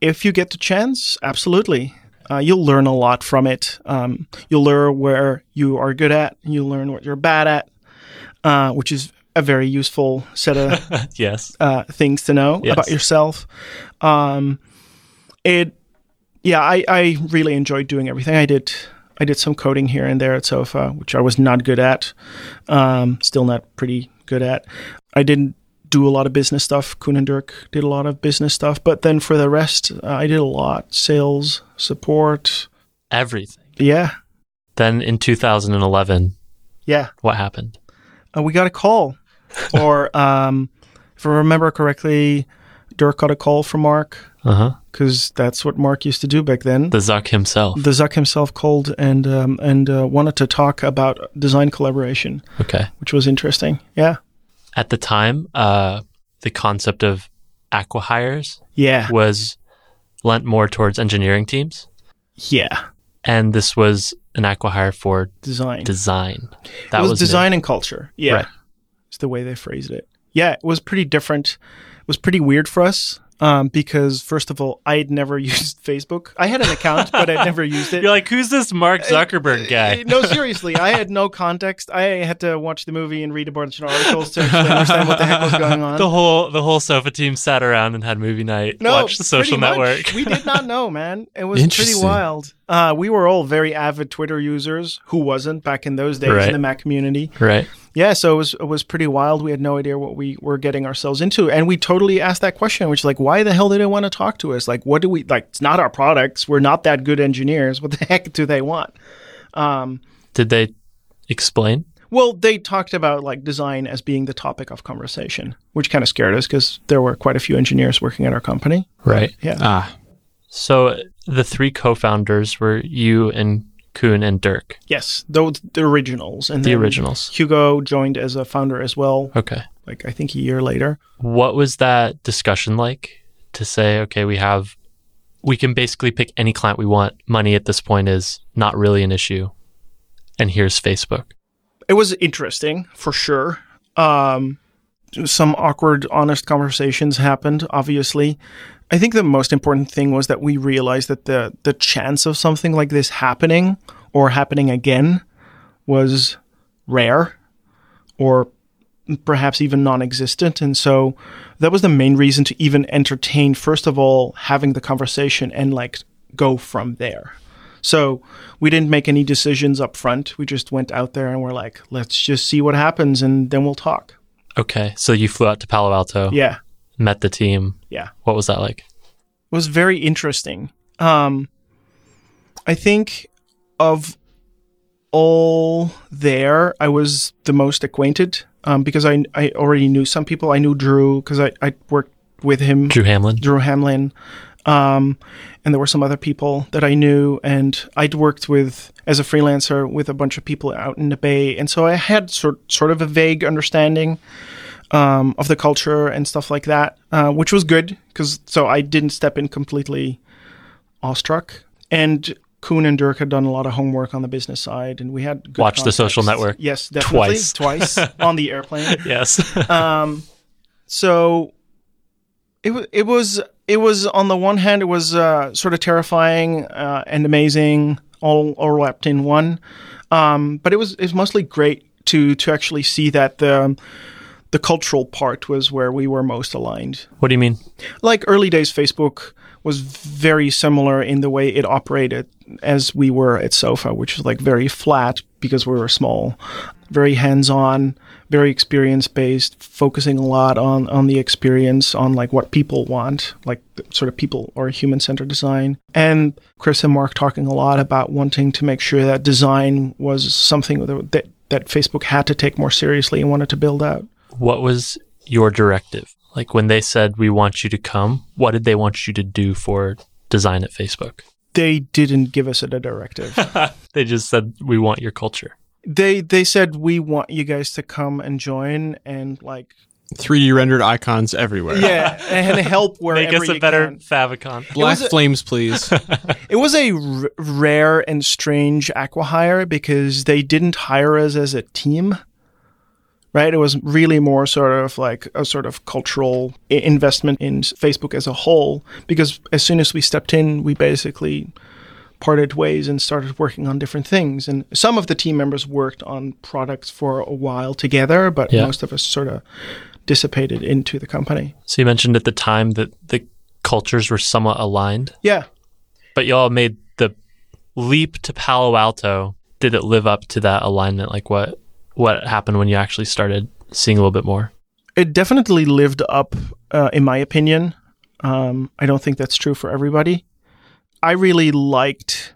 Speaker 3: if you get the chance absolutely uh, you'll learn a lot from it um, you'll learn where you are good at and you'll learn what you're bad at uh, which is a very useful set of
Speaker 2: yes.
Speaker 3: uh, things to know
Speaker 2: Yes.
Speaker 3: about yourself. Um, it, yeah, I, I really enjoyed doing everything I did. I did some coding here and there at Sofa, which I was not good at. Um, still not pretty good at. I didn't do a lot of business stuff. Kuhn and Dirk did a lot of business stuff, but then for the rest, uh, I did a lot: sales, support.
Speaker 2: Everything.
Speaker 3: Yeah,
Speaker 2: Then in 2011,
Speaker 3: yeah.
Speaker 2: what happened?
Speaker 3: uh, we got a call, or um, if I remember correctly, Dirk got a call from Mark
Speaker 2: Uh huh.
Speaker 3: because that's what Mark used to do back then.
Speaker 2: The Zuck himself.
Speaker 3: The Zuck himself called and um, and uh, wanted to talk about design collaboration,
Speaker 2: Okay.
Speaker 3: which was interesting. Yeah,
Speaker 2: At the time, uh, the concept of aqua hires
Speaker 3: yeah,
Speaker 2: was lent more towards engineering teams,
Speaker 3: yeah.
Speaker 2: and this was an aqua hire for
Speaker 3: Design.
Speaker 2: design. That
Speaker 3: it was,
Speaker 2: new.
Speaker 3: design and culture. Yeah,
Speaker 2: Right.
Speaker 3: it's the way they phrased it. Yeah, it was pretty different. It was pretty weird for us um, because first of all, I had never used Facebook. I had an account, but I'd never used it.
Speaker 2: You're like, who's this Mark Zuckerberg guy?
Speaker 3: no, seriously, I had no context. I had to watch the movie and read a bunch of articles to actually understand what the heck was going on.
Speaker 2: The whole the whole sofa team sat around and had movie night, watched the social
Speaker 3: pretty much.
Speaker 2: network.
Speaker 3: we did not know, man. It was pretty
Speaker 1: Interesting.
Speaker 3: wild. Uh, we were all very avid Twitter users. Who wasn't back in those days
Speaker 2: Right.
Speaker 3: in the Mac community?
Speaker 2: Right.
Speaker 3: Yeah, so it was it was pretty wild. We had no idea what we were getting ourselves into, and we totally asked that question, which is like, why the hell do they want to talk to us? Like, what do we like? It's not our products. We're not that good engineers. What the heck do they want?
Speaker 2: Did they explain?
Speaker 3: Well, they talked about like design as being the topic of conversation, which kind of scared us because there were quite a few engineers working at our company.
Speaker 2: Right.
Speaker 1: Ah,
Speaker 2: So uh, the three co-founders were you and Kuhn and Dirk,
Speaker 3: Yes, those the originals and
Speaker 2: the
Speaker 3: then
Speaker 2: originals.
Speaker 3: Hugo joined as a founder as well,
Speaker 2: Okay.
Speaker 3: like I think a year later.
Speaker 2: What was that discussion like to say, okay, we have we can basically pick any client we want. Money at this point is not really an issue. And here's Facebook.
Speaker 3: It was interesting for sure. Um, some awkward, honest conversations happened. Obviously, I think the most important thing was that we realized that the the chance of something like this happening or happening again was rare, or perhaps even non-existent and so that was the main reason to even entertain first of all having the conversation and like go from there So we didn't make any decisions up front. We just went out there and we're like, let's just see what happens and then we'll talk.
Speaker 2: Okay. So you flew out to Palo Alto,
Speaker 3: Yeah.
Speaker 2: met the team.
Speaker 3: Yeah.
Speaker 2: What was that like?
Speaker 3: was very interesting. Um, I think of all there, I was the most acquainted um, because I I already knew some people. I knew Drew because I, I worked with him,
Speaker 2: Drew Hamlin.
Speaker 3: Drew Hamlin, um, and there were some other people that I knew, and I'd worked with as a freelancer with a bunch of people out in the Bay, and so I had sort sort of a vague understanding um, of the culture and stuff like that, uh, which was good because so I didn't step in completely awestruck. And Kuhn and Dirk had done a lot of homework on the business side, and we had good
Speaker 2: Watched The Social
Speaker 3: context.
Speaker 2: Network
Speaker 3: Yes, definitely
Speaker 2: twice.
Speaker 3: twice on the airplane
Speaker 2: Yes.
Speaker 3: um, so it was it was it was on the one hand it was uh, sort of terrifying uh, and amazing all all wrapped in one um, but it was it's mostly great to to actually see that the the cultural part was where we were most aligned
Speaker 2: what do you mean?
Speaker 3: like early days Facebook was very similar in the way it operated as we were at Sofa, which was like very flat because we were small, very hands on, very experience based, focusing a lot on, on the experience, on like what people want, like the sort of people or human centered design. And Chris and Mark talking a lot about wanting to make sure that design was something that, that, that Facebook had to take more seriously and wanted to build out.
Speaker 2: What was your directive? Like when they said, we want you to come, what did they want you to do for design at Facebook?
Speaker 3: They didn't give us a directive.
Speaker 2: They just said, we want your culture.
Speaker 3: they they said we want you guys to come and join and like
Speaker 1: 3D rendered icons everywhere.
Speaker 3: yeah and help wherever
Speaker 2: Make us a
Speaker 3: you
Speaker 2: better
Speaker 3: can.
Speaker 2: favicon.
Speaker 1: Black
Speaker 3: It was a-
Speaker 1: flames, please.
Speaker 3: It was a r- rare and strange aqua hire because they didn't hire us as a team. Right? It was really more sort of like a sort of cultural I- investment in s- Facebook as a whole because as soon as we stepped in, we basically parted ways and started working on different things. And some of the team members worked on products for a while together, but
Speaker 2: Yeah.
Speaker 3: most of us sort of dissipated into the company.
Speaker 2: So you mentioned at the time that the cultures were somewhat aligned,
Speaker 3: Yeah.
Speaker 2: but y'all made the leap to Palo Alto. Did it live up to that alignment? Like what what happened when you actually started seeing a little bit more?
Speaker 3: it definitely lived up, uh, in my opinion. Um, I don't think that's true for everybody. I really liked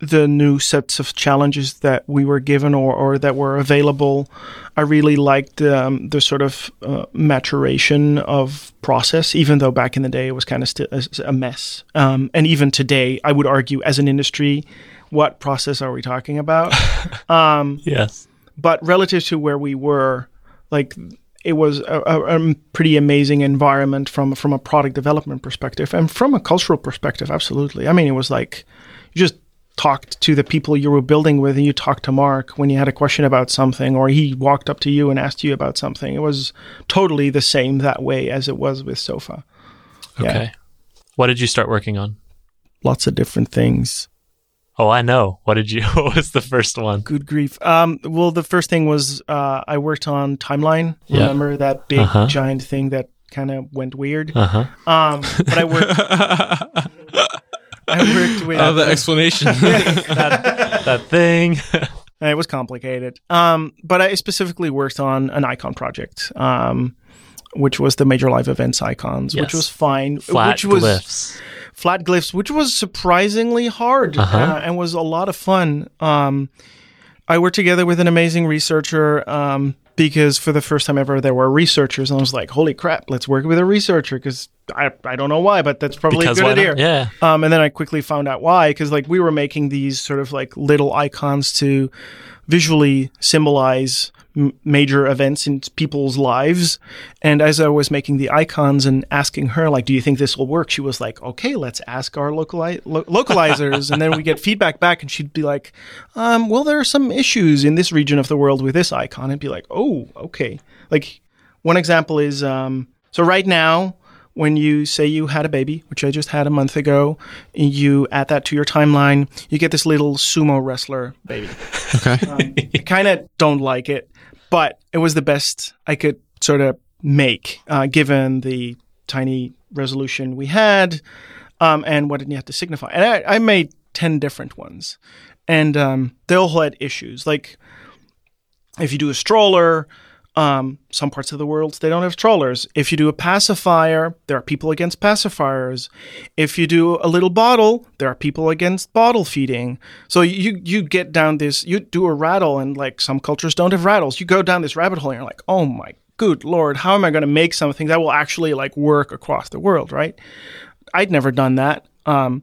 Speaker 3: the new sets of challenges that we were given or, or that were available. I really liked um, the sort of uh, maturation of process, even though back in the day it was kind of still a, a mess. Um, and even today, I would argue, as an industry, what process are we talking about?
Speaker 2: Yes.
Speaker 3: but relative to where we were, like it was a, a, a pretty amazing environment from from a product development perspective and from a cultural perspective. Absolutely, I mean, it was like you just talked to the people you were building with, and you talked to Mark when you had a question about something, or he walked up to you and asked you about something. It was totally the same that way as it was with Sofa. Yeah.
Speaker 2: Okay. What did you start working on?
Speaker 3: Lots of different things.
Speaker 2: Oh, I know. What did you what was the first one?
Speaker 3: Good grief. Um, well, the first thing was uh, I worked on Timeline.
Speaker 2: Yeah.
Speaker 3: Remember that big
Speaker 2: Uh-huh.
Speaker 3: giant thing that kind of went weird?
Speaker 2: Uh-huh.
Speaker 3: Um, but I worked. I worked with.
Speaker 1: Oh, the explanation.
Speaker 2: That thing.
Speaker 3: and it was complicated. Um, but I specifically worked on an icon project, um, which was the major live events icons,
Speaker 2: Yes.
Speaker 3: which was fine.
Speaker 2: Flat
Speaker 3: which was
Speaker 2: glyphs.
Speaker 3: flat glyphs, which was surprisingly hard
Speaker 2: Uh-huh.
Speaker 3: uh, and was a lot of fun. Um, I worked together with an amazing researcher um, because for the first time ever, there were researchers, and I was like, "Holy crap, let's work with a researcher!" Because I, I don't know why, but that's probably
Speaker 2: Because
Speaker 3: a good
Speaker 2: why not?
Speaker 3: idea.
Speaker 2: Yeah.
Speaker 3: Um, and then I quickly found out why, because like we were making these sort of like little icons to visually symbolize m- major events in people's lives. And as I was making the icons and asking her, like, do you think this will work? She was like, okay, let's ask our locali- lo- localizers. and then we get feedback back, and she'd be like, um, well, there are some issues in this region of the world with this icon. And be like, oh, okay. Like, one example is um, so right now, when you say you had a baby, which I just had a month ago, and you add that to your timeline, you get this little sumo wrestler baby.
Speaker 1: okay.
Speaker 3: I kind of don't like it, but it was the best I could sort of make uh, given the tiny resolution we had um, and what it had to signify. And I, I made 10 different ones. And um, they all had issues. Like, if you do a stroller, um, some parts of the world they don't have strollers. If you do a pacifier, there are people against pacifiers. If you do a little bottle, there are people against bottle feeding. So you you get down this. You do a rattle, and like some cultures don't have rattles. You go down this rabbit hole, and you're like, oh my good lord, how am I going to make something that will actually like work across the world? Right? I'd never done that. Um,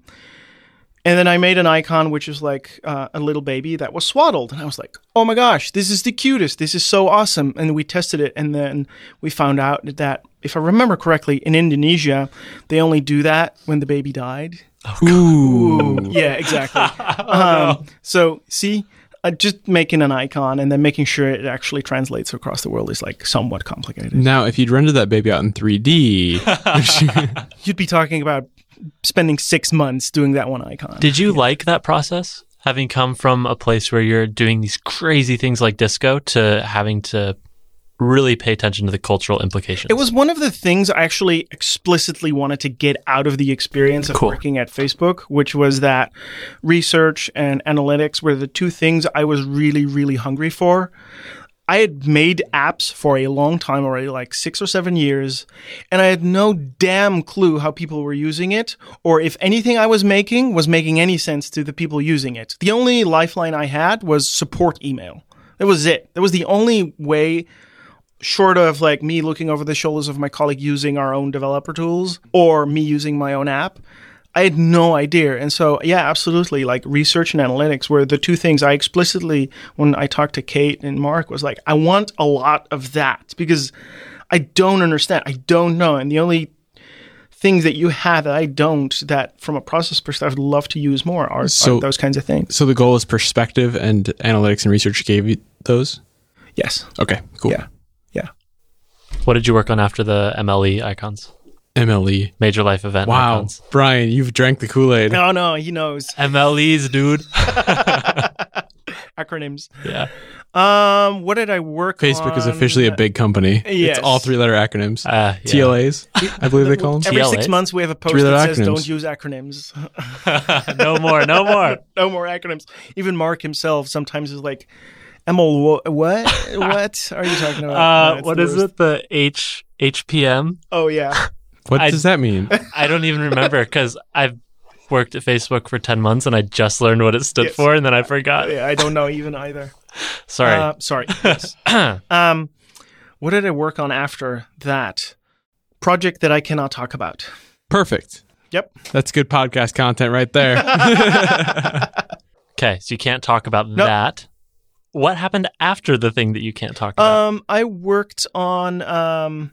Speaker 3: and then I made an icon, which is like uh, a little baby that was swaddled. And I was like, oh my gosh, this is the cutest. This is so awesome. And we tested it. And then we found out that, if I remember correctly, in Indonesia, they only do that when the baby died.
Speaker 1: Ooh.
Speaker 3: Yeah, exactly. um, so, see, uh, just making an icon and then making sure it actually translates across the world is like somewhat complicated.
Speaker 1: Now, if you'd rendered that baby out in 3D,
Speaker 3: You'd be talking about spending six months doing that one icon.
Speaker 2: Did you like that process? Having come from a place where you're doing these crazy things like disco to having to really pay attention to the cultural implications.
Speaker 3: It was one of the things I actually explicitly wanted to get out of the experience of
Speaker 2: Cool.
Speaker 3: working at Facebook, which was that research and analytics were the two things I was really, really hungry for. I had made apps for a long time already, like six or seven years, and I had no damn clue how people were using it or if anything I was making was making any sense to the people using it. The only lifeline I had was support email. That was it. That was the only way short of like me looking over the shoulders of my colleague using our own developer tools or me using my own app i had no idea and so yeah absolutely like research and analytics were the two things i explicitly when i talked to kate and mark was like i want a lot of that because i don't understand i don't know and the only things that you have that i don't that from a process perspective i'd love to use more are,
Speaker 1: So-
Speaker 3: are those kinds of things
Speaker 1: so the goal is perspective and analytics and research gave you those?
Speaker 3: yes
Speaker 1: Okay, cool.
Speaker 3: yeah yeah
Speaker 2: what did you work on after the MLE icons?
Speaker 1: MLE.
Speaker 2: Major life event
Speaker 1: Wow.
Speaker 2: icons.
Speaker 1: Brian, you've drank the Kool Aid.
Speaker 3: no Oh, no he knows
Speaker 2: MLEs, dude.
Speaker 3: acronyms
Speaker 2: yeah.
Speaker 3: Um, what did I work
Speaker 1: Facebook is
Speaker 3: on?
Speaker 1: officially a big company.
Speaker 3: Yes.
Speaker 1: It's all three letter acronyms.
Speaker 2: Uh, yeah.
Speaker 1: TLAs, I believe they call them.
Speaker 3: Every
Speaker 2: TLA.
Speaker 3: six months, we have a post
Speaker 1: Three-letter
Speaker 3: that
Speaker 1: acronyms.
Speaker 3: says "Don't use acronyms."
Speaker 2: no more, no more.
Speaker 3: no more acronyms. Even Mark himself sometimes is like, "Emil, wha- what? what are you talking about?" No,
Speaker 2: Uh,
Speaker 3: it's
Speaker 2: what
Speaker 3: the
Speaker 2: is
Speaker 3: worst.
Speaker 2: it? The H HPM?
Speaker 3: Oh yeah,
Speaker 1: What
Speaker 2: I-
Speaker 1: does that mean?
Speaker 2: I don't even remember because I've worked at Facebook for ten months and I just learned what it stood
Speaker 3: Yes. Uh,
Speaker 2: for and then I forgot.
Speaker 3: yeah. I don't know even either.
Speaker 2: Sorry.
Speaker 3: Uh, sorry. Yes. um, what did I work on after that project that I cannot talk about?
Speaker 1: Perfect.
Speaker 3: Yep.
Speaker 1: That's good podcast content right there.
Speaker 2: Okay, so you can't talk about that. What happened after the thing that you can't talk about?
Speaker 3: Um, I worked on um.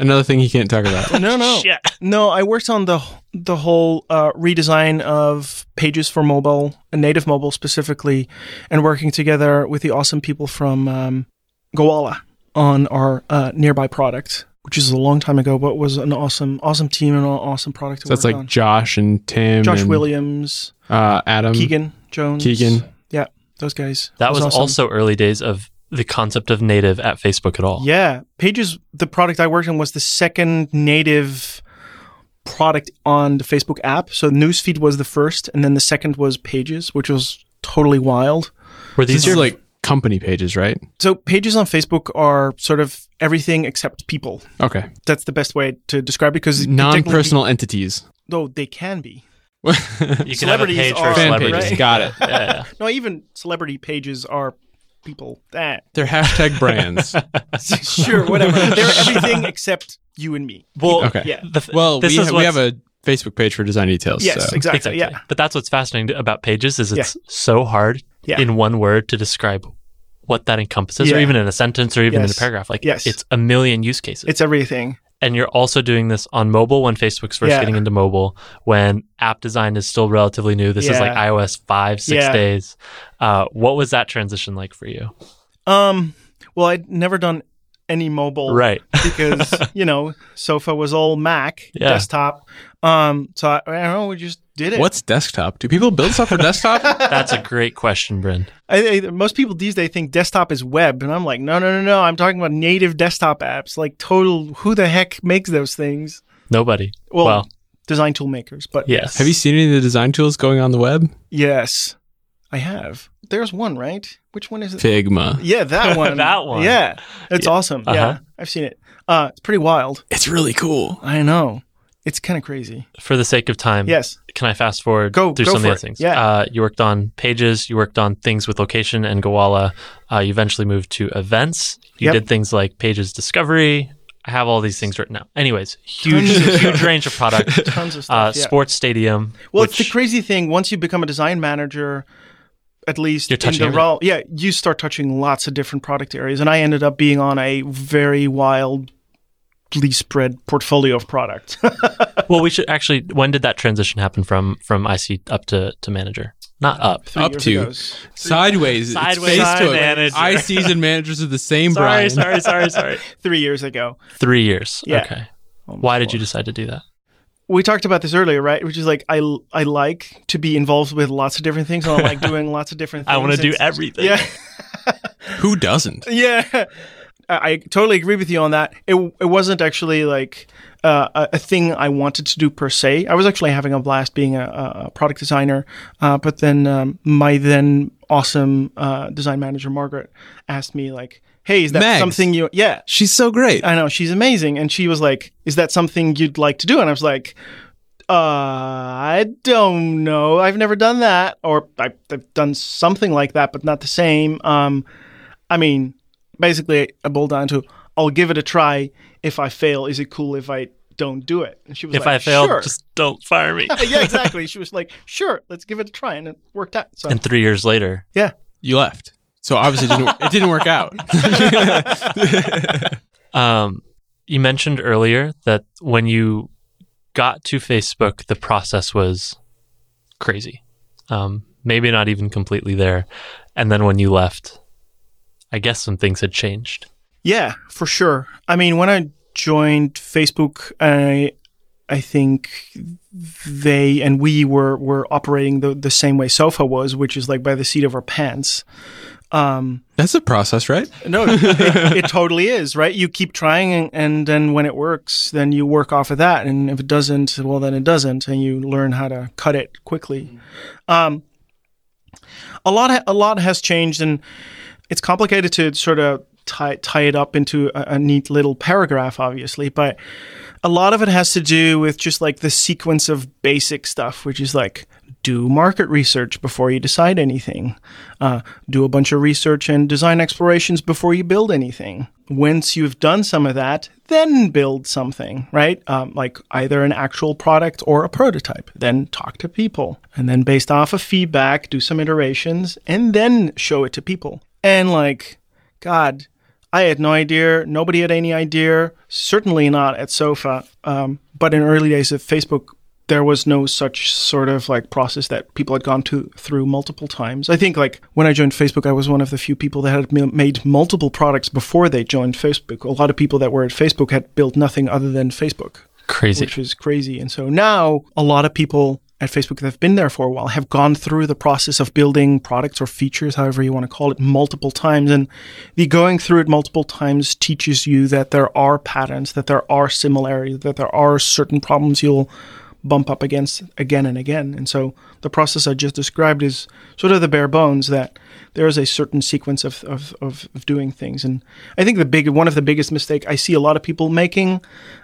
Speaker 1: Another thing he can't talk about.
Speaker 3: No, no.
Speaker 2: Shit.
Speaker 3: No, I worked on the the whole uh, redesign of pages for mobile, and native mobile specifically, and working together with the awesome people from um, Goala on our uh, nearby product, which is a long time ago, but was an awesome, awesome team and an awesome product to
Speaker 1: So that's
Speaker 3: work
Speaker 1: like
Speaker 3: on.
Speaker 1: Josh and Tim,
Speaker 3: Josh
Speaker 1: and,
Speaker 3: Williams,
Speaker 1: uh, Adam,
Speaker 3: Keegan Jones,
Speaker 1: Keegan.
Speaker 3: yeah, those guys.
Speaker 2: That was
Speaker 3: awesome.
Speaker 2: also early days of the concept of native at Facebook at all.
Speaker 3: Yeah, Pages, the product I worked on was the second native product on the Facebook app. So Newsfeed was the first, and then the second was Pages, which was totally wild.
Speaker 2: Were
Speaker 1: These
Speaker 2: these
Speaker 1: are like company pages, right?
Speaker 3: So Pages on Facebook are sort of everything except people.
Speaker 1: Okay.
Speaker 3: That's the best way to describe it because it could
Speaker 1: Non
Speaker 3: technically
Speaker 1: personal entities.
Speaker 3: be- Though they can be.
Speaker 2: you can have a
Speaker 3: celebrities
Speaker 2: page for
Speaker 3: are-
Speaker 1: Fan
Speaker 2: celebrities.
Speaker 1: pages. Got it.
Speaker 2: Yeah, yeah.
Speaker 3: No, even celebrity pages are people. That
Speaker 1: They're hashtag brands.
Speaker 3: sure, whatever. They're everything except you and me.
Speaker 2: Well,
Speaker 1: Okay.
Speaker 3: Yeah.
Speaker 2: the f-
Speaker 1: Well,
Speaker 2: this
Speaker 1: we,
Speaker 2: is
Speaker 1: ha- we
Speaker 2: what's-
Speaker 1: have a Facebook page for design details.
Speaker 3: Yes,
Speaker 1: so.
Speaker 3: exactly.
Speaker 2: Exactly.
Speaker 3: Yeah.
Speaker 2: But that's what's fascinating about pages is
Speaker 3: Yeah.
Speaker 2: it's so hard
Speaker 3: Yeah.
Speaker 2: in one word to describe what that encompasses, or
Speaker 3: Yeah.
Speaker 2: even in a sentence, or even in
Speaker 3: Yes.
Speaker 2: a paragraph. Like
Speaker 3: Yes.
Speaker 2: it's a million use cases.
Speaker 3: It's everything.
Speaker 2: and you're also doing this on mobile when Facebook's first
Speaker 3: Yeah.
Speaker 2: getting into mobile, when app design is still relatively new. This is
Speaker 3: Yeah.
Speaker 2: like iOS five, six
Speaker 3: Yeah.
Speaker 2: days. Uh, what was that transition like for you?
Speaker 3: Um, well, I'd never done any mobile
Speaker 2: Right.
Speaker 3: because you know sofa was all mac
Speaker 2: Yeah.
Speaker 3: desktop um so I, I don't know we just did it
Speaker 1: What's desktop? Do people build stuff for desktop?
Speaker 2: That's a great question, Bryn.
Speaker 3: I, I, most people these days think desktop is web and i'm like no no no no i'm talking about native desktop apps like total who the heck makes those things
Speaker 2: Nobody.
Speaker 3: well,
Speaker 2: Well,
Speaker 3: design tool makers. But
Speaker 2: Yes.
Speaker 1: Have you seen any of the design tools going on the web?
Speaker 3: yes, I have. There's one, right? Which one is it?
Speaker 1: Figma.
Speaker 3: Yeah, that one.
Speaker 2: That one.
Speaker 3: Yeah, it's awesome.
Speaker 2: Uh-huh.
Speaker 3: Yeah, I've seen it. Uh, it's pretty wild.
Speaker 1: It's really cool.
Speaker 3: I know. It's kind of crazy.
Speaker 2: for the sake of time?
Speaker 3: Yes.
Speaker 2: Can I fast forward
Speaker 3: Go-
Speaker 2: through
Speaker 3: go
Speaker 2: some of the
Speaker 3: for
Speaker 2: other
Speaker 3: it.
Speaker 2: things?
Speaker 3: Yeah.
Speaker 2: Uh, you worked on pages. You worked on things with location and Gowalla. Uh, you eventually moved to events. You
Speaker 3: Yep.
Speaker 2: did things like pages discovery. I have all these things written out. Anyways, huge,
Speaker 3: Tons
Speaker 2: huge
Speaker 3: of stuff.
Speaker 2: range of product.
Speaker 3: Tons of
Speaker 2: Uh,
Speaker 3: stuff. yeah.
Speaker 2: Sports stadium.
Speaker 3: Well,
Speaker 2: which,
Speaker 3: it's the crazy thing. Once you become a design manager, at least
Speaker 2: You're
Speaker 3: in
Speaker 2: touching
Speaker 3: the role, yeah, you start touching lots of different product areas. And I ended up being on a very wildly spread portfolio of products.
Speaker 2: well, we should actually. When did that transition happen from from IC up to to manager? Not up.
Speaker 3: Three
Speaker 1: Up
Speaker 3: years
Speaker 1: to.
Speaker 3: ago.
Speaker 1: Sideways. it's
Speaker 2: Sideways
Speaker 1: Facebook.
Speaker 2: manager.
Speaker 1: ICs and managers are the same,
Speaker 2: Sorry,
Speaker 1: Brian.
Speaker 2: sorry, sorry, sorry.
Speaker 3: Three years ago.
Speaker 2: Three years.
Speaker 3: Yeah.
Speaker 2: Okay.
Speaker 3: Almost
Speaker 2: Why did
Speaker 3: four.
Speaker 2: you decide to do that?
Speaker 3: we talked about this earlier, right? Which is like I I like to be involved with lots of different things. and I like doing lots of different. things.
Speaker 2: I want to do
Speaker 3: It's-
Speaker 2: everything.
Speaker 3: Yeah,
Speaker 1: Who doesn't?
Speaker 3: yeah. I, I totally agree with you on that. It it wasn't actually like uh, a, a thing I wanted to do per se. I was actually having a blast being a- a, a product designer, uh, but then um, my then awesome uh, design manager Margaret asked me like, "Hey, is that
Speaker 1: Megs.
Speaker 3: something you?" Yeah,
Speaker 1: She's so great.
Speaker 3: I know she's amazing, and she was like, "Is that something you'd like to do?" And I was like, "Uh, I don't know. I've never done that, or I- I've done something like that, but not the same." Um, I mean, basically, I boiled down to, "I'll give it a try. If I fail, is it cool if I don't do it?" And she was
Speaker 2: If I
Speaker 3: like,
Speaker 2: fail,
Speaker 3: sure.
Speaker 2: just don't fire me.
Speaker 3: yeah, exactly." She was like, "Sure, let's give it a try," and it worked out. So
Speaker 2: and three years later,
Speaker 3: yeah,
Speaker 1: You left. So obviously it didn't, it didn't work out.
Speaker 2: Um, you mentioned earlier that when you got to Facebook, the process was crazy. Um, maybe not even completely there. And then when you left, I guess some things had changed.
Speaker 3: Yeah, for sure. I mean, when I joined Facebook, I I think they and we were were operating the the same way Sofa was, which is like by the seat of our pants.
Speaker 1: That's the process, right?
Speaker 3: No, it, it totally is, right? You keep trying, and, and then when it works, then you work off of that, and if it doesn't, well, then it doesn't, and you learn how to cut it quickly. Um, a lot, a lot has changed, and it's complicated to sort of tie tie it up into a, a neat little paragraph, obviously, but a lot of it has to do with just like the sequence of basic stuff, which is like do market research before you decide anything, uh, do a bunch of research and design explorations before you build anything. Once you've done some of that, then build something, right? Um, like either an actual product or a prototype. Then talk to people. And then, based off of feedback, do some iterations and then show it to people. And, like, God, I had no idea. Nobody had any idea. Certainly not at Sofa. Um, but in early days of Facebook, there was no such sort of like process that people had gone to through multiple times. I think like when I joined Facebook, I was one of the few people that had m- made multiple products before they joined Facebook. A lot of people that were at Facebook had built nothing other than Facebook
Speaker 2: Crazy.
Speaker 3: which was crazy. And so now a lot of people at Facebook that have been there for a while have gone through the process of building products or features, however you want to call it, multiple times. And the going through it multiple times teaches you that there are patterns, that there are similarities, that there are certain problems you'll bump up against again and again. And so the process I just described is sort of the bare bones that there is a certain sequence of, of, of, of doing things. And I think the big one of the biggest mistake I see a lot of people making,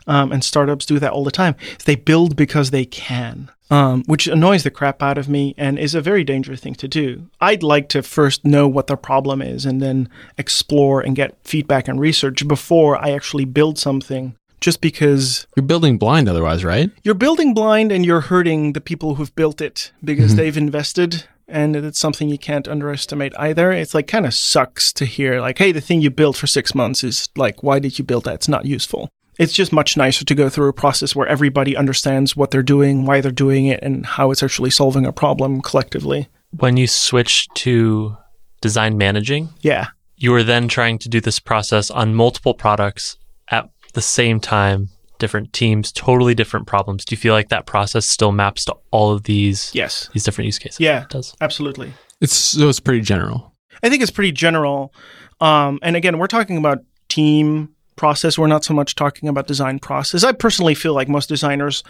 Speaker 3: um, and startups do that all the time, is they build because they can. Um, which annoys the crap out of me and is a very dangerous thing to do. I'd like to first know what the problem is and then explore and get feedback and research before I actually build something just because
Speaker 1: You're building blind otherwise, right?
Speaker 3: you're building blind and you're hurting the people who've built it because
Speaker 2: Mm-hmm.
Speaker 3: they've invested and it's something you can't underestimate either it's like kind of sucks to hear like hey the thing you built for six months is like why did you build that it's not useful it's just much nicer to go through a process where everybody understands what they're doing why they're doing it and how it's actually solving a problem collectively
Speaker 2: When you switched to design managing,
Speaker 3: yeah
Speaker 2: you were then trying to do this process on multiple products at the same time, different teams, totally different problems. Do you feel like that process still maps to all of these
Speaker 3: yes
Speaker 2: these different use cases?
Speaker 3: Yeah.
Speaker 2: it does.
Speaker 3: absolutely
Speaker 1: It's so it's pretty general.
Speaker 3: I think it's pretty general. Um, and again, we're talking about team process. We're not so much talking about design process. I personally feel like most designers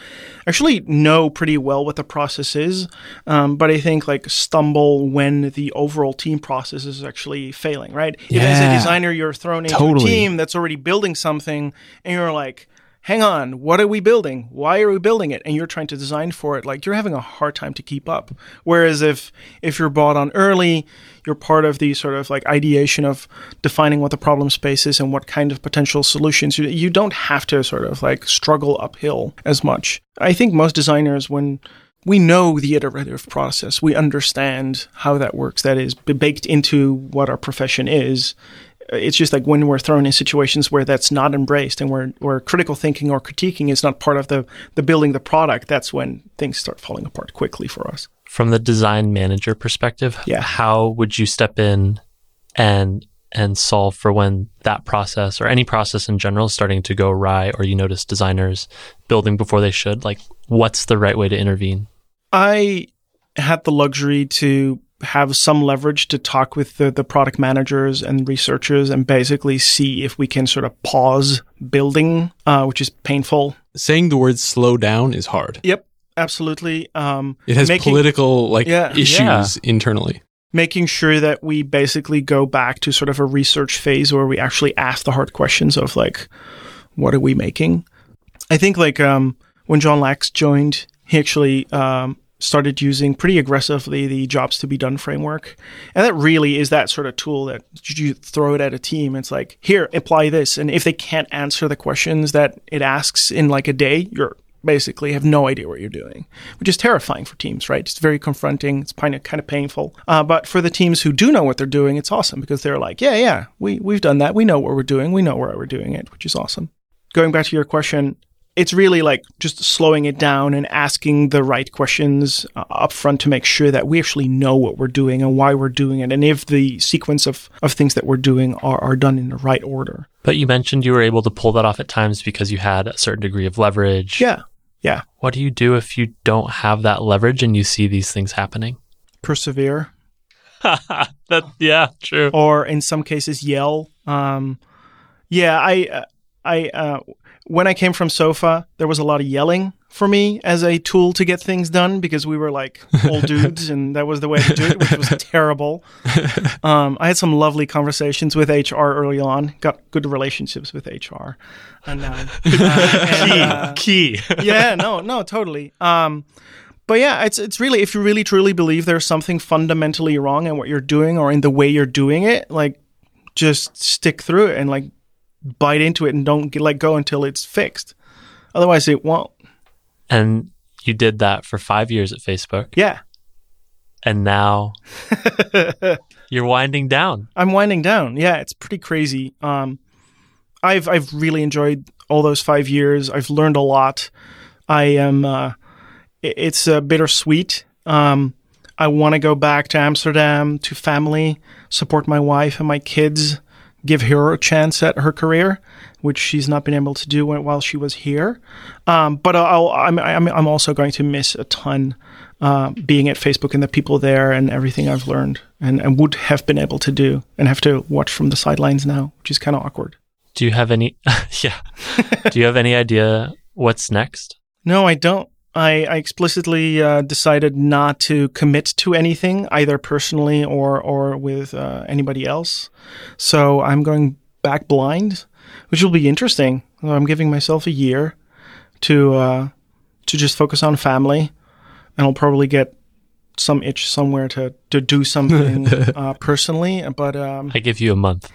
Speaker 3: actually know pretty well what the process is, um, but I think like stumble when the overall team process is actually failing. Right? If as a
Speaker 1: Yeah.
Speaker 3: designer you're thrown into
Speaker 1: Totally.
Speaker 3: a team that's already building something, and you're like. Hang on, what are we building? Why are we building it? And you're trying to design for it, like you're having a hard time to keep up. Whereas if if you're brought on early, you're part of the sort of like ideation of defining what the problem space is and what kind of potential solutions you, you don't have to sort of like struggle uphill as much. I think most designers, when we know the iterative process, we understand how that works, that is b- baked into what our profession is. It's just like when we're thrown in situations where that's not embraced and where, where critical thinking or critiquing is not part of the, the building the product, that's when things start falling apart quickly for us.
Speaker 2: From the design manager perspective,
Speaker 3: Yeah.
Speaker 2: how would you step in and and solve for when that process or any process in general is starting to go awry or you notice designers building before they should? Like what's the right way to intervene?
Speaker 3: I had the luxury to have some leverage to talk with the, the product managers and researchers and basically see if we can sort of pause building, uh, which is painful.
Speaker 1: Saying the word slow down is hard.
Speaker 3: Yep, absolutely. Um,
Speaker 1: It has
Speaker 3: making-
Speaker 1: political like
Speaker 3: Yeah.
Speaker 1: issues
Speaker 2: Yeah.
Speaker 1: internally.
Speaker 3: making sure that we basically go back to sort of a research phase where we actually ask the hard questions of like what are we making i think like um, when john lax joined he actually um, started using pretty aggressively the jobs to be done framework and that really is that sort of tool that you throw it at a team it's like here apply this and if they can't answer the questions that it asks in like a day you're basically have no idea what you're doing, which is terrifying for teams, right? It's very confronting. It's kind of kind of painful. Uh, but for the teams who do know what they're doing, it's awesome because they're like, yeah, yeah, we we've done that. We know what we're doing. We know where we're doing it, which is awesome. Going back to your question. It's really like just slowing it down and asking the right questions uh, up front to make sure that we actually know what we're doing and why we're doing it, and if the sequence of, of things that we're doing are, are done in the right order.
Speaker 2: But you mentioned you were able to pull that off at times because you had a certain degree of leverage.
Speaker 3: Yeah, yeah.
Speaker 2: What do you do if you don't have that leverage and you see these things happening?
Speaker 3: Persevere.
Speaker 2: that yeah, true.
Speaker 3: or in some cases yell. Um, yeah, I, uh, I, uh, when I came from Sofa, there was a lot of yelling for me as a tool to get things done because we were like old dudes, and that was the way to do it, which was terrible. Um, I had some lovely conversations with HR early on. Got good relationships with HR, and, um, uh, and, uh,
Speaker 2: Key.
Speaker 3: yeah, no, no, totally. Um, but yeah, it's it's really if you really truly believe there's something fundamentally wrong in what you're doing or in the way you're doing it, like just stick through it and like bite into it and don't get, let go until it's fixed. Otherwise, it won't.
Speaker 2: And you did that for five years at Facebook,
Speaker 3: Yeah,
Speaker 2: and now you're winding down.
Speaker 3: I'm winding down. Yeah, it's pretty crazy. Um, I've I've really enjoyed all those five years. I've learned a lot. I am. Uh, i- it's uh, bittersweet. Um, I want to go back to Amsterdam to family, support my wife and my kids, give her a chance at her career, which she's not been able to do wh- while she was here. Um, but I'll, I'm, I'm I'm also going to miss a ton uh, being at Facebook and the people there and everything I've learned and, and would have been able to do and have to watch from the sidelines now, which is kind of awkward.
Speaker 2: Do you have any? yeah. do you have any idea what's next?
Speaker 3: No, I don't. I, I explicitly uh, decided not to commit to anything, either personally or or with uh, anybody else. So I'm going back blind, which will be interesting. I'm giving myself a year to uh, to just focus on family, and I'll probably get some itch somewhere to to do something uh, personally. But um,
Speaker 2: I give you a month.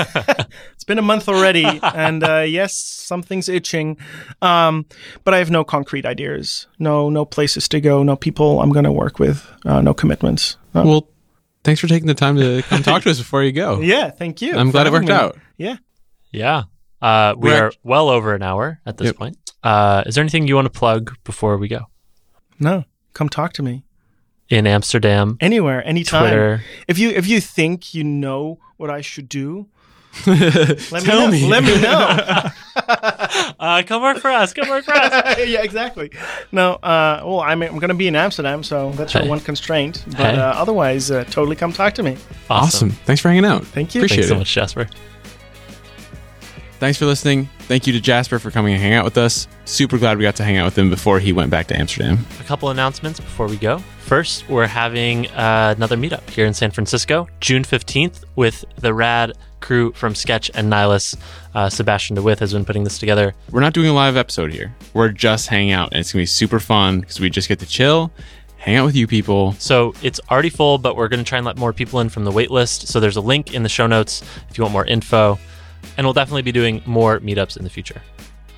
Speaker 3: it's been a month already, and uh, yes, something's itching. Um, but I have no concrete ideas, no no places to go, no people I'm going to work with, uh, no commitments. Uh,
Speaker 1: Well, thanks for taking the time to come talk to us before you go.
Speaker 3: yeah, thank you.
Speaker 1: I'm
Speaker 3: for
Speaker 1: glad it worked
Speaker 3: having me.
Speaker 1: out.
Speaker 3: Yeah.
Speaker 2: Yeah. Uh, we
Speaker 1: We're
Speaker 2: are well over an hour at this
Speaker 1: Yep.
Speaker 2: point. Uh, is there anything you want to plug before we go?
Speaker 3: No, come talk to me
Speaker 2: In Amsterdam,
Speaker 3: anywhere, anytime.
Speaker 2: Twitter.
Speaker 3: If you if you think you know what I should do, let
Speaker 1: Tell
Speaker 3: me, know.
Speaker 1: me.
Speaker 3: Let me know.
Speaker 2: Uh, come work for us. Come work for us.
Speaker 3: yeah, exactly. No, uh, well, I'm I'm going to be in Amsterdam, so that's your
Speaker 2: Hey.
Speaker 3: one constraint. But
Speaker 2: Hey.
Speaker 3: uh, otherwise, uh, totally come talk to me.
Speaker 1: Awesome. Thanks for hanging out.
Speaker 3: Thank you.
Speaker 1: Appreciate
Speaker 2: Thanks so
Speaker 1: it.
Speaker 2: much, Jasper.
Speaker 1: Thanks for listening. Thank you to Jasper for coming and hang out with us. Super glad we got to hang out with him before he went back to Amsterdam.
Speaker 2: a couple announcements before we go. First, we're having uh, another meetup here in San Francisco, June 15th, with the rad crew from Sketch and Nihilus. Uh, Sebastian DeWith has been putting this together.
Speaker 1: We're not doing a live episode here. We're just hanging out, and it's gonna be super fun because we just get to chill, hang out with you people.
Speaker 2: So it's already full, but we're going to try and let more people in from the wait list. So there's a link in the show notes if you want more info. And we'll definitely be doing more meetups in the future.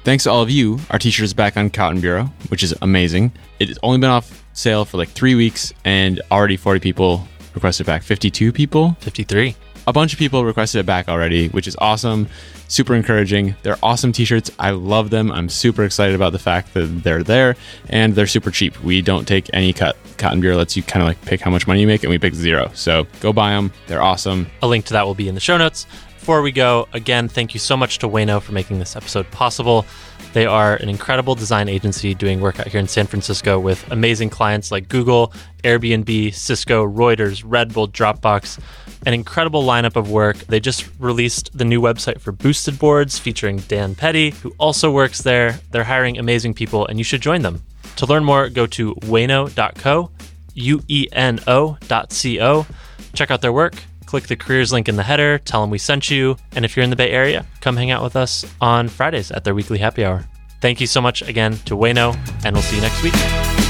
Speaker 1: Thanks to all of you. Our t-shirt is back on Cotton Bureau, which is amazing. It has only been off sale for like three weeks, and already 40 people requested back. 52 people
Speaker 2: 53.
Speaker 1: a bunch of people requested it back already, which is awesome. Super encouraging. They're awesome t-shirts. I love them. I'm super excited about the fact that they're there and they're super cheap. We don't take any cut. Cotton Bureau lets you kind of like pick how much money you make and we pick zero. So go buy them. They're awesome.
Speaker 2: A link to that will be in the show notes. Before we go, again, thank you so much to Wayno for making this episode possible. They are an incredible design agency doing work out here in San Francisco with amazing clients like Google, Airbnb, Cisco, Reuters, Red Bull, Dropbox, an incredible lineup of work. They just released the new website for Boosted Boards featuring Dan Petty, who also works there. They're hiring amazing people, and you should join them. To learn more, go to wayno.co ueno E dot co. Check out their work. Click the careers link in the header. Tell them we sent you. And if you're in the Bay Area, come hang out with us on Fridays at their weekly happy hour. Thank you so much again to Wayno, and we'll see you next week.